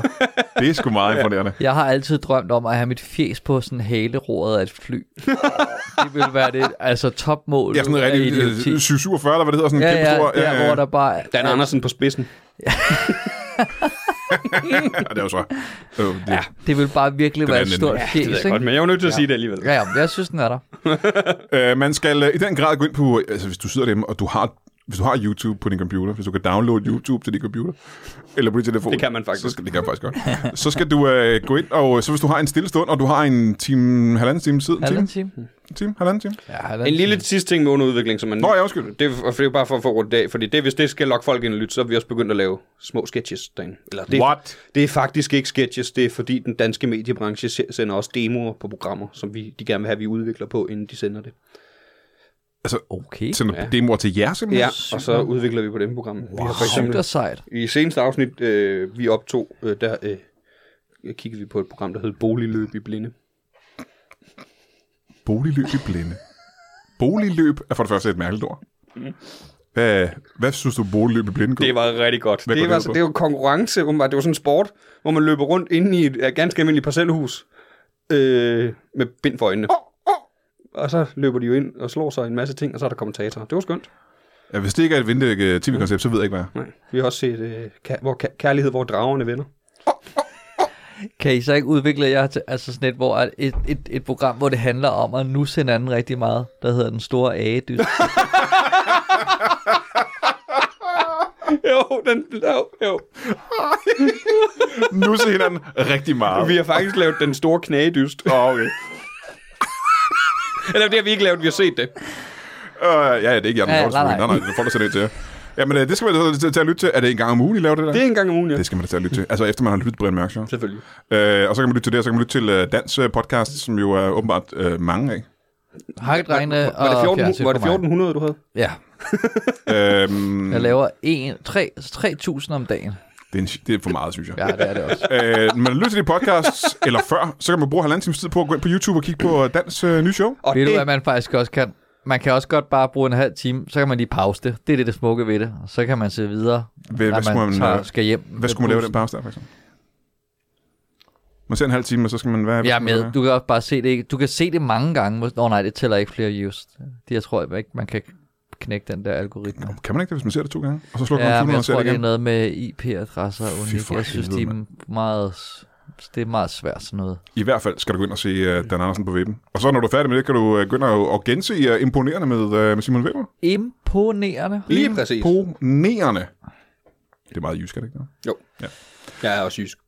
[SPEAKER 1] Det er sgu meget imponerende.
[SPEAKER 3] Jeg har altid drømt om at have mit fjes på sådan haleroret af et fly. det ville være det altså topmål.
[SPEAKER 1] Ja, sådan en
[SPEAKER 3] af
[SPEAKER 1] rigtig øh,
[SPEAKER 3] idioti.
[SPEAKER 1] 747, eller hvad det hedder, sådan en
[SPEAKER 3] Ja,
[SPEAKER 1] kæmpe
[SPEAKER 3] ja,
[SPEAKER 1] stor...
[SPEAKER 3] der, hvor der bare...
[SPEAKER 2] Dan Andersen på spidsen.
[SPEAKER 1] Ja, det er jo så. Øh, det, ja.
[SPEAKER 3] Det vil bare virkelig
[SPEAKER 1] Den
[SPEAKER 3] være
[SPEAKER 1] anden
[SPEAKER 3] et stort
[SPEAKER 1] ende.
[SPEAKER 3] ja,
[SPEAKER 2] Det ved
[SPEAKER 3] fjes,
[SPEAKER 2] jeg godt,
[SPEAKER 3] ikke?
[SPEAKER 2] men jeg var nødt til at sige det alligevel.
[SPEAKER 3] Ja, ja, jeg synes, den er der.
[SPEAKER 1] Øh, man skal øh, i den grad gå ind på, altså hvis du sidder derhjemme, og du har, hvis du har YouTube på din computer, hvis du kan downloade YouTube til din computer, eller på din telefon.
[SPEAKER 2] Det kan man faktisk.
[SPEAKER 1] Så skal, det kan man faktisk godt. så skal du øh, gå ind, og så hvis du har en stille stund, og du har en time, halvanden time siden,
[SPEAKER 3] Halvanden
[SPEAKER 1] time,
[SPEAKER 3] time.
[SPEAKER 1] time, halvanden time.
[SPEAKER 3] Ja, halvanden
[SPEAKER 2] En lille sidste ting med underudvikling, som man...
[SPEAKER 1] Nå, ja, undskyld.
[SPEAKER 2] Det er, og det er jo bare for at få rundt af, fordi det, hvis det skal lokke folk ind og lytte, så er vi også begyndt at lave små sketches derinde. Eller det,
[SPEAKER 1] What?
[SPEAKER 2] det er faktisk ikke sketches, det er fordi den danske mediebranche se- sender også demoer på programmer, som vi, de gerne vil have, vi udvikler på, inden de sender det.
[SPEAKER 3] Okay.
[SPEAKER 1] Sender ja. demoer Altså, til jer simpelthen.
[SPEAKER 2] Ja, og så udvikler vi på dem program. Wow. Vi har for
[SPEAKER 3] Sygt
[SPEAKER 2] eksempel,
[SPEAKER 3] og sejt.
[SPEAKER 2] I seneste afsnit, øh, vi optog, øh, der øh, kiggede vi på et program, der hed Boligløb i Blinde.
[SPEAKER 1] Boligløb i blinde. Boligløb er for det første et mærkeligt ord. Hvad, hvad synes du, boligløb i blinde går?
[SPEAKER 2] Det var rigtig godt.
[SPEAKER 1] Hvad går
[SPEAKER 2] det,
[SPEAKER 1] det
[SPEAKER 2] var,
[SPEAKER 1] ud på?
[SPEAKER 2] det var konkurrence, åbenbart. det var sådan en sport, hvor man løber rundt inde i et øh, ganske almindeligt parcelhus øh, med bind for øjnene. Og så løber de jo ind og slår sig en masse ting, og så er der kommentatorer. Det var skønt.
[SPEAKER 1] Ja, hvis det ikke er et vindække tv-koncept, så ved jeg ikke, hvad jeg er.
[SPEAKER 2] Nej. Vi har også set øh, ka- hvor ka- kærlighed, hvor dragerne vender.
[SPEAKER 3] Kan I så ikke udvikle jer til altså sådan et, hvor at et, et, et program, hvor det handler om at nu sende anden rigtig meget, der hedder Den Store Agedyst?
[SPEAKER 2] Jo, den, jo, jo.
[SPEAKER 1] Nu ser hinanden rigtig meget.
[SPEAKER 2] Vi har faktisk lavet den store knagedyst.
[SPEAKER 1] Oh, okay.
[SPEAKER 2] Eller det har vi ikke lavet, vi har set det.
[SPEAKER 1] Uh, ja, ja, det er ikke jeg, der
[SPEAKER 3] Ja,
[SPEAKER 1] ja, nej, nej.
[SPEAKER 3] nej,
[SPEAKER 1] nej, nej, det får du sætte ind til jer. Jamen, øh, det skal man da til- til at lytte til. Er det en gang om ugen, I laver det der?
[SPEAKER 2] Det er en gang om ugen, ja.
[SPEAKER 1] det skal man da til at lytte til. Altså, efter man har lyttet Brian Mørk Show.
[SPEAKER 2] Selvfølgelig.
[SPEAKER 1] Øh, og så kan man lytte til det, og så kan man lytte til øh, Dans øh, podcast, som jo er åbenbart øh, mange af.
[SPEAKER 3] Hakkedrengene Øh, og
[SPEAKER 2] Var det, 14,
[SPEAKER 3] Fjernsyn
[SPEAKER 2] var det
[SPEAKER 3] for mig.
[SPEAKER 2] 1400, du havde?
[SPEAKER 3] Ja,
[SPEAKER 1] Øhm,
[SPEAKER 3] jeg laver en, tre, 3.000 om dagen.
[SPEAKER 1] det, er en, det er for meget, synes jeg.
[SPEAKER 3] Ja, det er det også.
[SPEAKER 1] Øh, når man lytter til de podcasts, eller før, så kan man bruge halvanden times tid på at gå ind på YouTube og kigge på øh, Dans øh, nye show.
[SPEAKER 2] Og
[SPEAKER 3] Ved du,
[SPEAKER 2] det,
[SPEAKER 3] hvad man faktisk også kan? Man kan også godt bare bruge en halv time, så kan man lige pause det. Det er det, det smukke ved det. Og så kan man se videre,
[SPEAKER 1] Hvad, hvad,
[SPEAKER 3] når
[SPEAKER 1] skulle
[SPEAKER 3] man,
[SPEAKER 1] man,
[SPEAKER 3] tager,
[SPEAKER 1] øh,
[SPEAKER 3] skal hjem.
[SPEAKER 1] hvad skulle man lave i den pause der, for eksempel? Man ser en halv time, og så skal man være...
[SPEAKER 3] Jeg er med. Du kan også bare se det. Du kan se det mange gange. Nå oh, nej, det tæller ikke flere views. Det jeg tror jeg ikke, man kan knække den der algoritme.
[SPEAKER 1] Kan man ikke det, hvis man ser det to gange? Og så slukker
[SPEAKER 3] Ja,
[SPEAKER 1] man
[SPEAKER 3] men
[SPEAKER 1] computeren
[SPEAKER 3] jeg
[SPEAKER 1] og ser
[SPEAKER 3] tror,
[SPEAKER 1] det
[SPEAKER 3] det er
[SPEAKER 1] igen?
[SPEAKER 3] noget med IP-adresser og
[SPEAKER 1] Fy
[SPEAKER 3] unik.
[SPEAKER 1] for
[SPEAKER 3] Jeg synes,
[SPEAKER 1] helvede,
[SPEAKER 3] de er meget, det er meget svært sådan noget.
[SPEAKER 1] I hvert fald skal du gå ind og se uh, Dan Andersen på webben. Og så når du er færdig med det, kan du uh, gå ind og, og gense uh, imponerende med, uh, med Simon Weber.
[SPEAKER 3] Imponerende.
[SPEAKER 2] lige præcis.
[SPEAKER 1] Imponerende. Det er meget jysk, er det ikke?
[SPEAKER 2] Jo.
[SPEAKER 1] Ja.
[SPEAKER 2] Jeg er også jysk.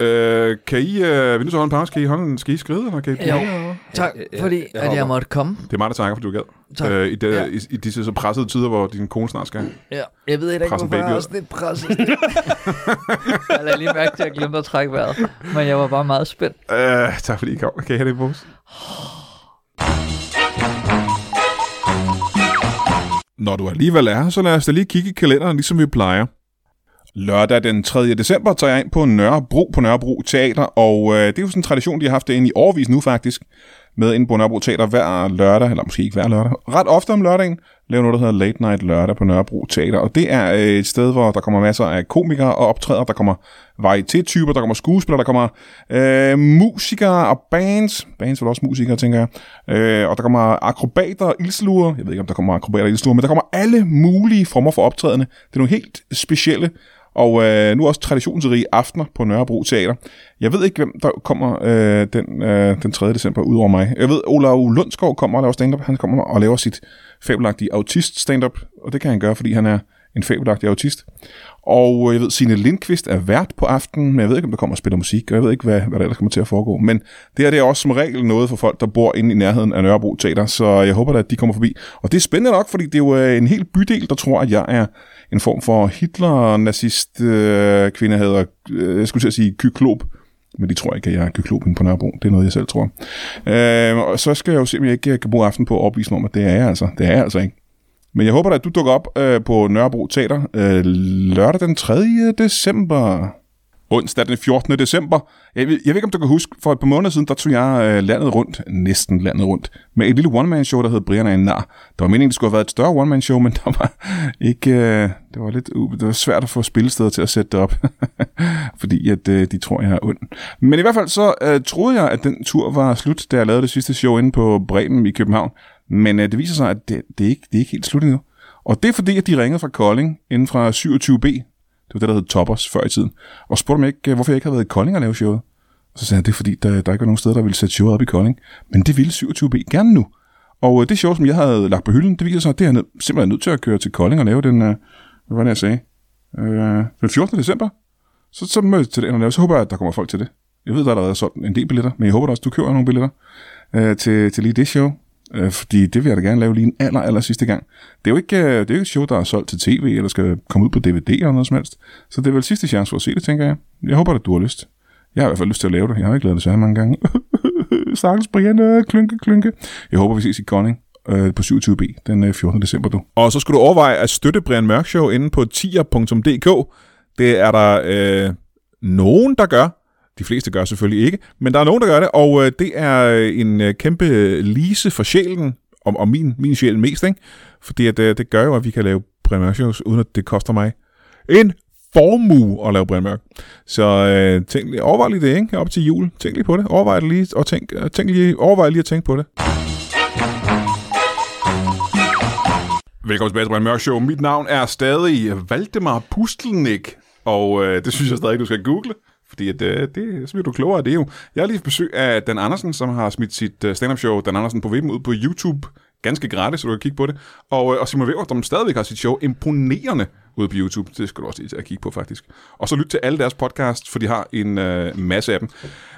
[SPEAKER 2] Ja.
[SPEAKER 1] Uh, uh, kan I, uh, vi nu så holde en pause, kan I, holde en, skal I skride, eller kan I blive?
[SPEAKER 3] Jo, tak
[SPEAKER 2] jeg- jeg-
[SPEAKER 3] fordi,
[SPEAKER 2] jeg
[SPEAKER 3] at
[SPEAKER 2] hopper.
[SPEAKER 3] jeg måtte komme.
[SPEAKER 1] Det er mig, der takker, fordi du gad.
[SPEAKER 3] Tak.
[SPEAKER 1] Øh, i, de,
[SPEAKER 3] Ja.
[SPEAKER 1] ja. i, I disse så pressede tider, hvor din kone snart skal.
[SPEAKER 3] Ja, jeg ved heller ikke,
[SPEAKER 1] Pressen
[SPEAKER 3] hvorfor jeg
[SPEAKER 1] baby
[SPEAKER 3] er
[SPEAKER 1] ud.
[SPEAKER 3] sådan lidt presset. jeg lader lige mærke til, at jeg glemte at trække vejret. Men jeg var bare meget spændt.
[SPEAKER 1] Øh, tak fordi I kom. Kan I have det i pose? Når du alligevel er her, så lad os da lige kigge i kalenderen, ligesom vi plejer. Lørdag den 3. december tager jeg ind på Nørrebro, på Nørrebro Teater, og øh, det er jo sådan en tradition, de har haft det inde i årvis nu faktisk, med inde på Nørrebro Teater hver lørdag, eller måske ikke hver lørdag, ret ofte om lørdagen, laver noget, der hedder Late Night Lørdag på Nørrebro Teater, og det er øh, et sted, hvor der kommer masser af komikere og optræder, der kommer varieté-typer, der kommer skuespillere, der kommer øh, musikere og bands, bands er vel også musikere, tænker jeg, øh, og der kommer akrobater og ildsluer, jeg ved ikke, om der kommer akrobater og ildsluer, men der kommer alle mulige former for optrædende, det er nogle helt specielle, og øh, nu også traditionsrige aftener på Nørrebro Teater. Jeg ved ikke, hvem der kommer øh, den, øh, den 3. december, ud over mig. Jeg ved, Olav Lundskov kommer og laver stand-up. Han kommer og laver sit fabelagtige autist-stand-up, og det kan han gøre, fordi han er en fabelagtig autist. Og øh, jeg ved, Signe Lindqvist er vært på aftenen, men jeg ved ikke, om der kommer og spiller musik, og jeg ved ikke, hvad, hvad der ellers kommer til at foregå. Men det her det er også som regel noget for folk, der bor inde i nærheden af Nørrebro Teater, så jeg håber da, at de kommer forbi. Og det er spændende nok, fordi det er jo øh, en hel bydel, der tror, at jeg er en form for Hitler-nazist øh, kvinde, hedder, øh, jeg skulle til at sige kyklop, men de tror ikke, at jeg er kyklopen på Nørrebro. Det er noget, jeg selv tror. Øh, og så skal jeg jo se, om jeg ikke kan bruge aften på at opvise mig om, at det er jeg altså. Det er jeg altså ikke. Men jeg håber da, at du dukker op øh, på Nørrebro Teater øh, lørdag den 3. december. Onsdag den 14. december. Jeg ved, jeg ved ikke, om du kan huske, for et par måneder siden, der tog jeg øh, landet rundt, næsten landet rundt, med et lille one-man-show, der hed Brian er en nar. Der var meningen, det skulle have været et større one-man-show, men der var ikke... Øh, det var lidt u- det var svært at få spillesteder til at sætte det op, fordi at, øh, de tror, jeg er ond. Men i hvert fald så øh, troede jeg, at den tur var slut, da jeg lavede det sidste show inde på Bremen i København. Men øh, det viser sig, at det, det, er ikke, det er ikke helt slut endnu. Og det er fordi, at de ringede fra Kolding inden fra 27B, det var det, der hed Toppers før i tiden, og spurgte mig ikke, øh, hvorfor jeg ikke havde været i Kolding og lave showet. Og så sagde han, det er fordi, der, der ikke var nogen steder, der ville sætte showet op i Kolding. Men det ville 27B gerne nu. Og øh, det show, som jeg havde lagt på hylden, det viser sig, at det er jeg nød- simpelthen nødt til at køre til Kolding og lave den, øh, hvad var det, jeg sagde? Øh, den 14. december. Så, så mødes til den og lave. Så håber jeg, at der kommer folk til det. Jeg ved, der er allerede solgt en del billetter, men jeg håber da også, du køber nogle billetter øh, til, til lige det show. Øh, fordi det vil jeg da gerne lave lige en aller, aller sidste gang. Det er jo ikke, øh, det er jo ikke et show, der er solgt til tv, eller skal komme ud på DVD eller noget som helst. Så det er vel sidste chance for at se det, tænker jeg. Jeg håber, at du har lyst. Jeg har i hvert fald lyst til at lave det. Jeg har ikke lavet det så mange gange. Stakkels Brian, øh, klynke, klynke. Jeg håber, vi ses i Kolding øh, på 27B den øh, 14. december. Du. Og så skulle du overveje at støtte Brian Mørk Show inde på tier.dk. Det er der øh, nogen, der gør. De fleste gør selvfølgelig ikke, men der er nogen, der gør det, og øh, det er øh, en øh, kæmpe øh, lise for sjælen, og, og min, min sjæl mest, ikke? fordi at, øh, det gør jo, at vi kan lave Brian Mørk shows, uden at det koster mig en formue at lave Brian Mørk. Så øh, tænk, lige- overvej lige det, ikke? op til jul. Tænk lige på det. Overvej det lige, og tænk, øh, tænk lige, overvej lige at tænke på det. Velkommen tilbage til Brian Mørk Show. Mit navn er stadig øh, Valdemar Pustelnik, og øh, det synes jeg stadig, du skal google, fordi at, øh, det, så bliver du klogere af det jo. Jeg har lige haft besøg af Dan Andersen, som har smidt sit øh, stand-up show, Dan Andersen på Vippen, ud på YouTube, ganske gratis, så du kan kigge på det. Og, øh, og Simon Weber, som stadigvæk har sit show imponerende ude på YouTube. Det skal du også lige til at kigge på, faktisk. Og så lyt til alle deres podcast, for de har en øh, masse af dem.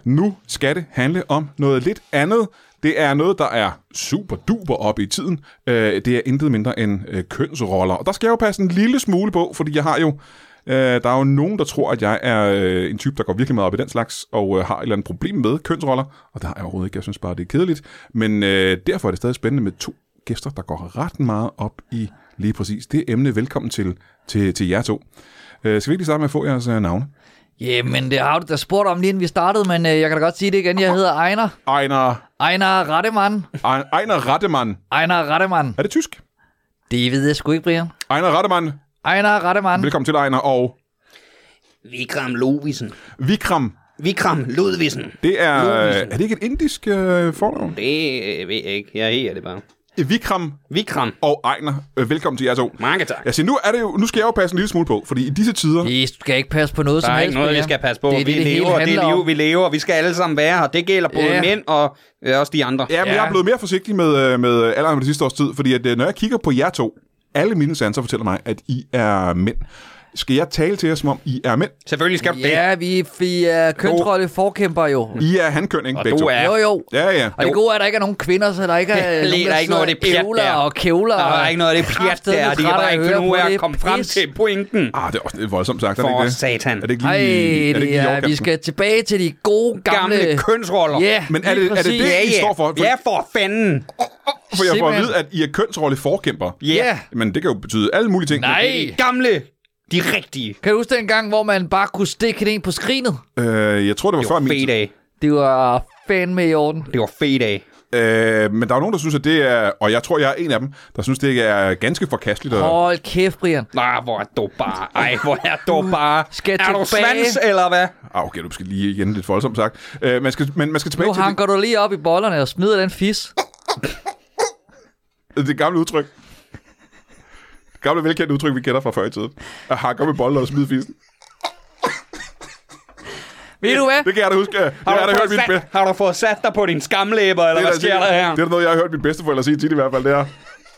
[SPEAKER 1] Nu skal det handle om noget lidt andet. Det er noget, der er super duper oppe i tiden. Øh, det er intet mindre end øh, kønsroller. Og der skal jeg jo passe en lille smule på, fordi jeg har jo... Øh, der er jo nogen, der tror, at jeg er øh, en type, der går virkelig meget op i den slags, og øh, har et eller andet problem med kønsroller. Og det har jeg overhovedet ikke. Jeg synes bare, det er kedeligt. Men øh, derfor er det stadig spændende med to gæster, der går ret meget op i lige præcis det emne. Velkommen til, til, til jer to. Øh, skal vi ikke lige starte med at få jeres øh, navne?
[SPEAKER 3] Jamen, det har du da spurgt om lige inden vi startede, men øh, jeg kan da godt sige det igen. Jeg hedder Ejner.
[SPEAKER 1] Ejner,
[SPEAKER 3] Ejner Rattemann.
[SPEAKER 1] Ejner Rattemann.
[SPEAKER 3] Ejner Rattemann.
[SPEAKER 1] Er det tysk?
[SPEAKER 3] Det ved jeg sgu ikke, Brian.
[SPEAKER 1] Ejner Rattemann.
[SPEAKER 3] Ejner Rattemann.
[SPEAKER 1] Velkommen til, Ejner. Og
[SPEAKER 2] Vikram Lovisen.
[SPEAKER 1] Vikram,
[SPEAKER 2] Vikram Ludvisen.
[SPEAKER 1] det er...
[SPEAKER 2] Lovisen.
[SPEAKER 1] Er det ikke et indisk øh, fornavn?
[SPEAKER 2] Det øh, ved jeg ikke. Jeg hedder det bare.
[SPEAKER 1] Vikram
[SPEAKER 2] Vikram.
[SPEAKER 1] og Ejner, øh, velkommen til jer to.
[SPEAKER 2] Mange tak.
[SPEAKER 1] Jeg siger, nu, er det jo, nu skal jeg jo passe en lille smule på, fordi i disse tider...
[SPEAKER 3] Vi skal ikke passe på noget
[SPEAKER 2] Der
[SPEAKER 3] som
[SPEAKER 2] er
[SPEAKER 3] helst,
[SPEAKER 2] ikke noget, vi
[SPEAKER 3] Brian.
[SPEAKER 2] skal passe på.
[SPEAKER 3] Det er det,
[SPEAKER 2] vi
[SPEAKER 3] det, hele
[SPEAKER 2] lever, det
[SPEAKER 3] handler om.
[SPEAKER 2] liv, vi lever. Vi skal alle sammen være her. Det gælder både
[SPEAKER 3] Ja.
[SPEAKER 2] mænd og øh, også de andre.
[SPEAKER 1] Ja, men jeg er blevet mere forsigtig med, øh, med alderen på det sidste års tid, fordi at, øh, når jeg kigger på jer to, alle mine sanser fortæller mig, at I er mænd. Skal jeg tale til jer, som om I er mænd?
[SPEAKER 2] Selvfølgelig skal du det.
[SPEAKER 3] Ja, vi, vi er kønsrolle forkæmper jo.
[SPEAKER 1] I er hankøn, ikke?
[SPEAKER 2] Og
[SPEAKER 1] begge
[SPEAKER 2] du
[SPEAKER 1] to?
[SPEAKER 2] er- Ja.
[SPEAKER 3] Jo, jo.
[SPEAKER 1] Ja, ja.
[SPEAKER 3] Og det gode er, at der ikke er nogen kvinder, så der ikke er,
[SPEAKER 2] Der er ikke noget af det pjat
[SPEAKER 3] ævler
[SPEAKER 2] der.
[SPEAKER 3] og kævler.
[SPEAKER 2] Der er
[SPEAKER 3] og-
[SPEAKER 2] ikke noget af det pjat
[SPEAKER 3] Kraftedeme
[SPEAKER 2] der. De kan
[SPEAKER 3] træt af
[SPEAKER 2] bare
[SPEAKER 3] at
[SPEAKER 2] ikke
[SPEAKER 3] høre
[SPEAKER 2] finde ud
[SPEAKER 3] på
[SPEAKER 2] af at
[SPEAKER 3] det
[SPEAKER 2] komme frem
[SPEAKER 3] pis.
[SPEAKER 2] til pointen.
[SPEAKER 1] Ah, det er også lidt voldsomt sagt, er det
[SPEAKER 2] For
[SPEAKER 1] ikke det?
[SPEAKER 2] satan.
[SPEAKER 1] Er det ikke
[SPEAKER 3] Ej,
[SPEAKER 1] lige, er det, ikke
[SPEAKER 3] det
[SPEAKER 1] lige
[SPEAKER 3] er,
[SPEAKER 1] overkanten?
[SPEAKER 3] vi skal tilbage til de gode gamle...
[SPEAKER 2] Gamle kønsroller.
[SPEAKER 3] Ja,
[SPEAKER 1] Men er det-
[SPEAKER 3] lige
[SPEAKER 1] er det
[SPEAKER 3] præcis.
[SPEAKER 1] det?
[SPEAKER 2] Ja,
[SPEAKER 1] I
[SPEAKER 2] ja.
[SPEAKER 1] står for- for-
[SPEAKER 2] Ja, for fanden.
[SPEAKER 1] For jeg får at
[SPEAKER 3] simpelthen-
[SPEAKER 1] vide, at I er kønsrolle forkæmper.
[SPEAKER 2] Ja.
[SPEAKER 1] Men det kan jo betyde alle mulige ting.
[SPEAKER 3] Nej.
[SPEAKER 2] De gamle. De rigtige.
[SPEAKER 3] Kan du huske den gang, hvor man bare kunne stikke en ind på skrinet?
[SPEAKER 1] Øh, jeg tror, det var,
[SPEAKER 2] Det
[SPEAKER 1] før
[SPEAKER 2] var
[SPEAKER 1] min tid.
[SPEAKER 2] fedt af.
[SPEAKER 3] Det var fandme i orden.
[SPEAKER 2] Det var fedt af.
[SPEAKER 1] Øh, men der er jo nogen, der synes, at det er... Og jeg tror, jeg er en af dem, der synes, det er ganske forkasteligt. Og...
[SPEAKER 3] Hold kæft, Brian.
[SPEAKER 2] Nej, hvor er du bare. Ej, hvor er du bare.
[SPEAKER 3] skal
[SPEAKER 2] er du
[SPEAKER 3] tilbage.
[SPEAKER 2] svans, eller hvad?
[SPEAKER 1] Ah, okay, du skal lige igen lidt voldsomt sagt. Øh, man skal, men man skal tilbage
[SPEAKER 3] Nu hanker du lige op i bollerne og smider den fis.
[SPEAKER 1] til det, det gamle udtryk. Det gamle velkendte udtryk, vi kender fra før i tiden. At hakke op i bolden og smide fisen.
[SPEAKER 3] Ved du hvad?
[SPEAKER 1] Det kan jeg da huske. Det har
[SPEAKER 2] Har,
[SPEAKER 1] jeg da
[SPEAKER 2] du,
[SPEAKER 1] hørt
[SPEAKER 2] fået
[SPEAKER 1] min
[SPEAKER 2] sat,
[SPEAKER 1] bedste...
[SPEAKER 2] har du fået sat dig på din skamlæber, eller hvad sker der her?
[SPEAKER 1] det er noget, jeg har hørt min bedsteforældre sige tit i hvert fald, det er,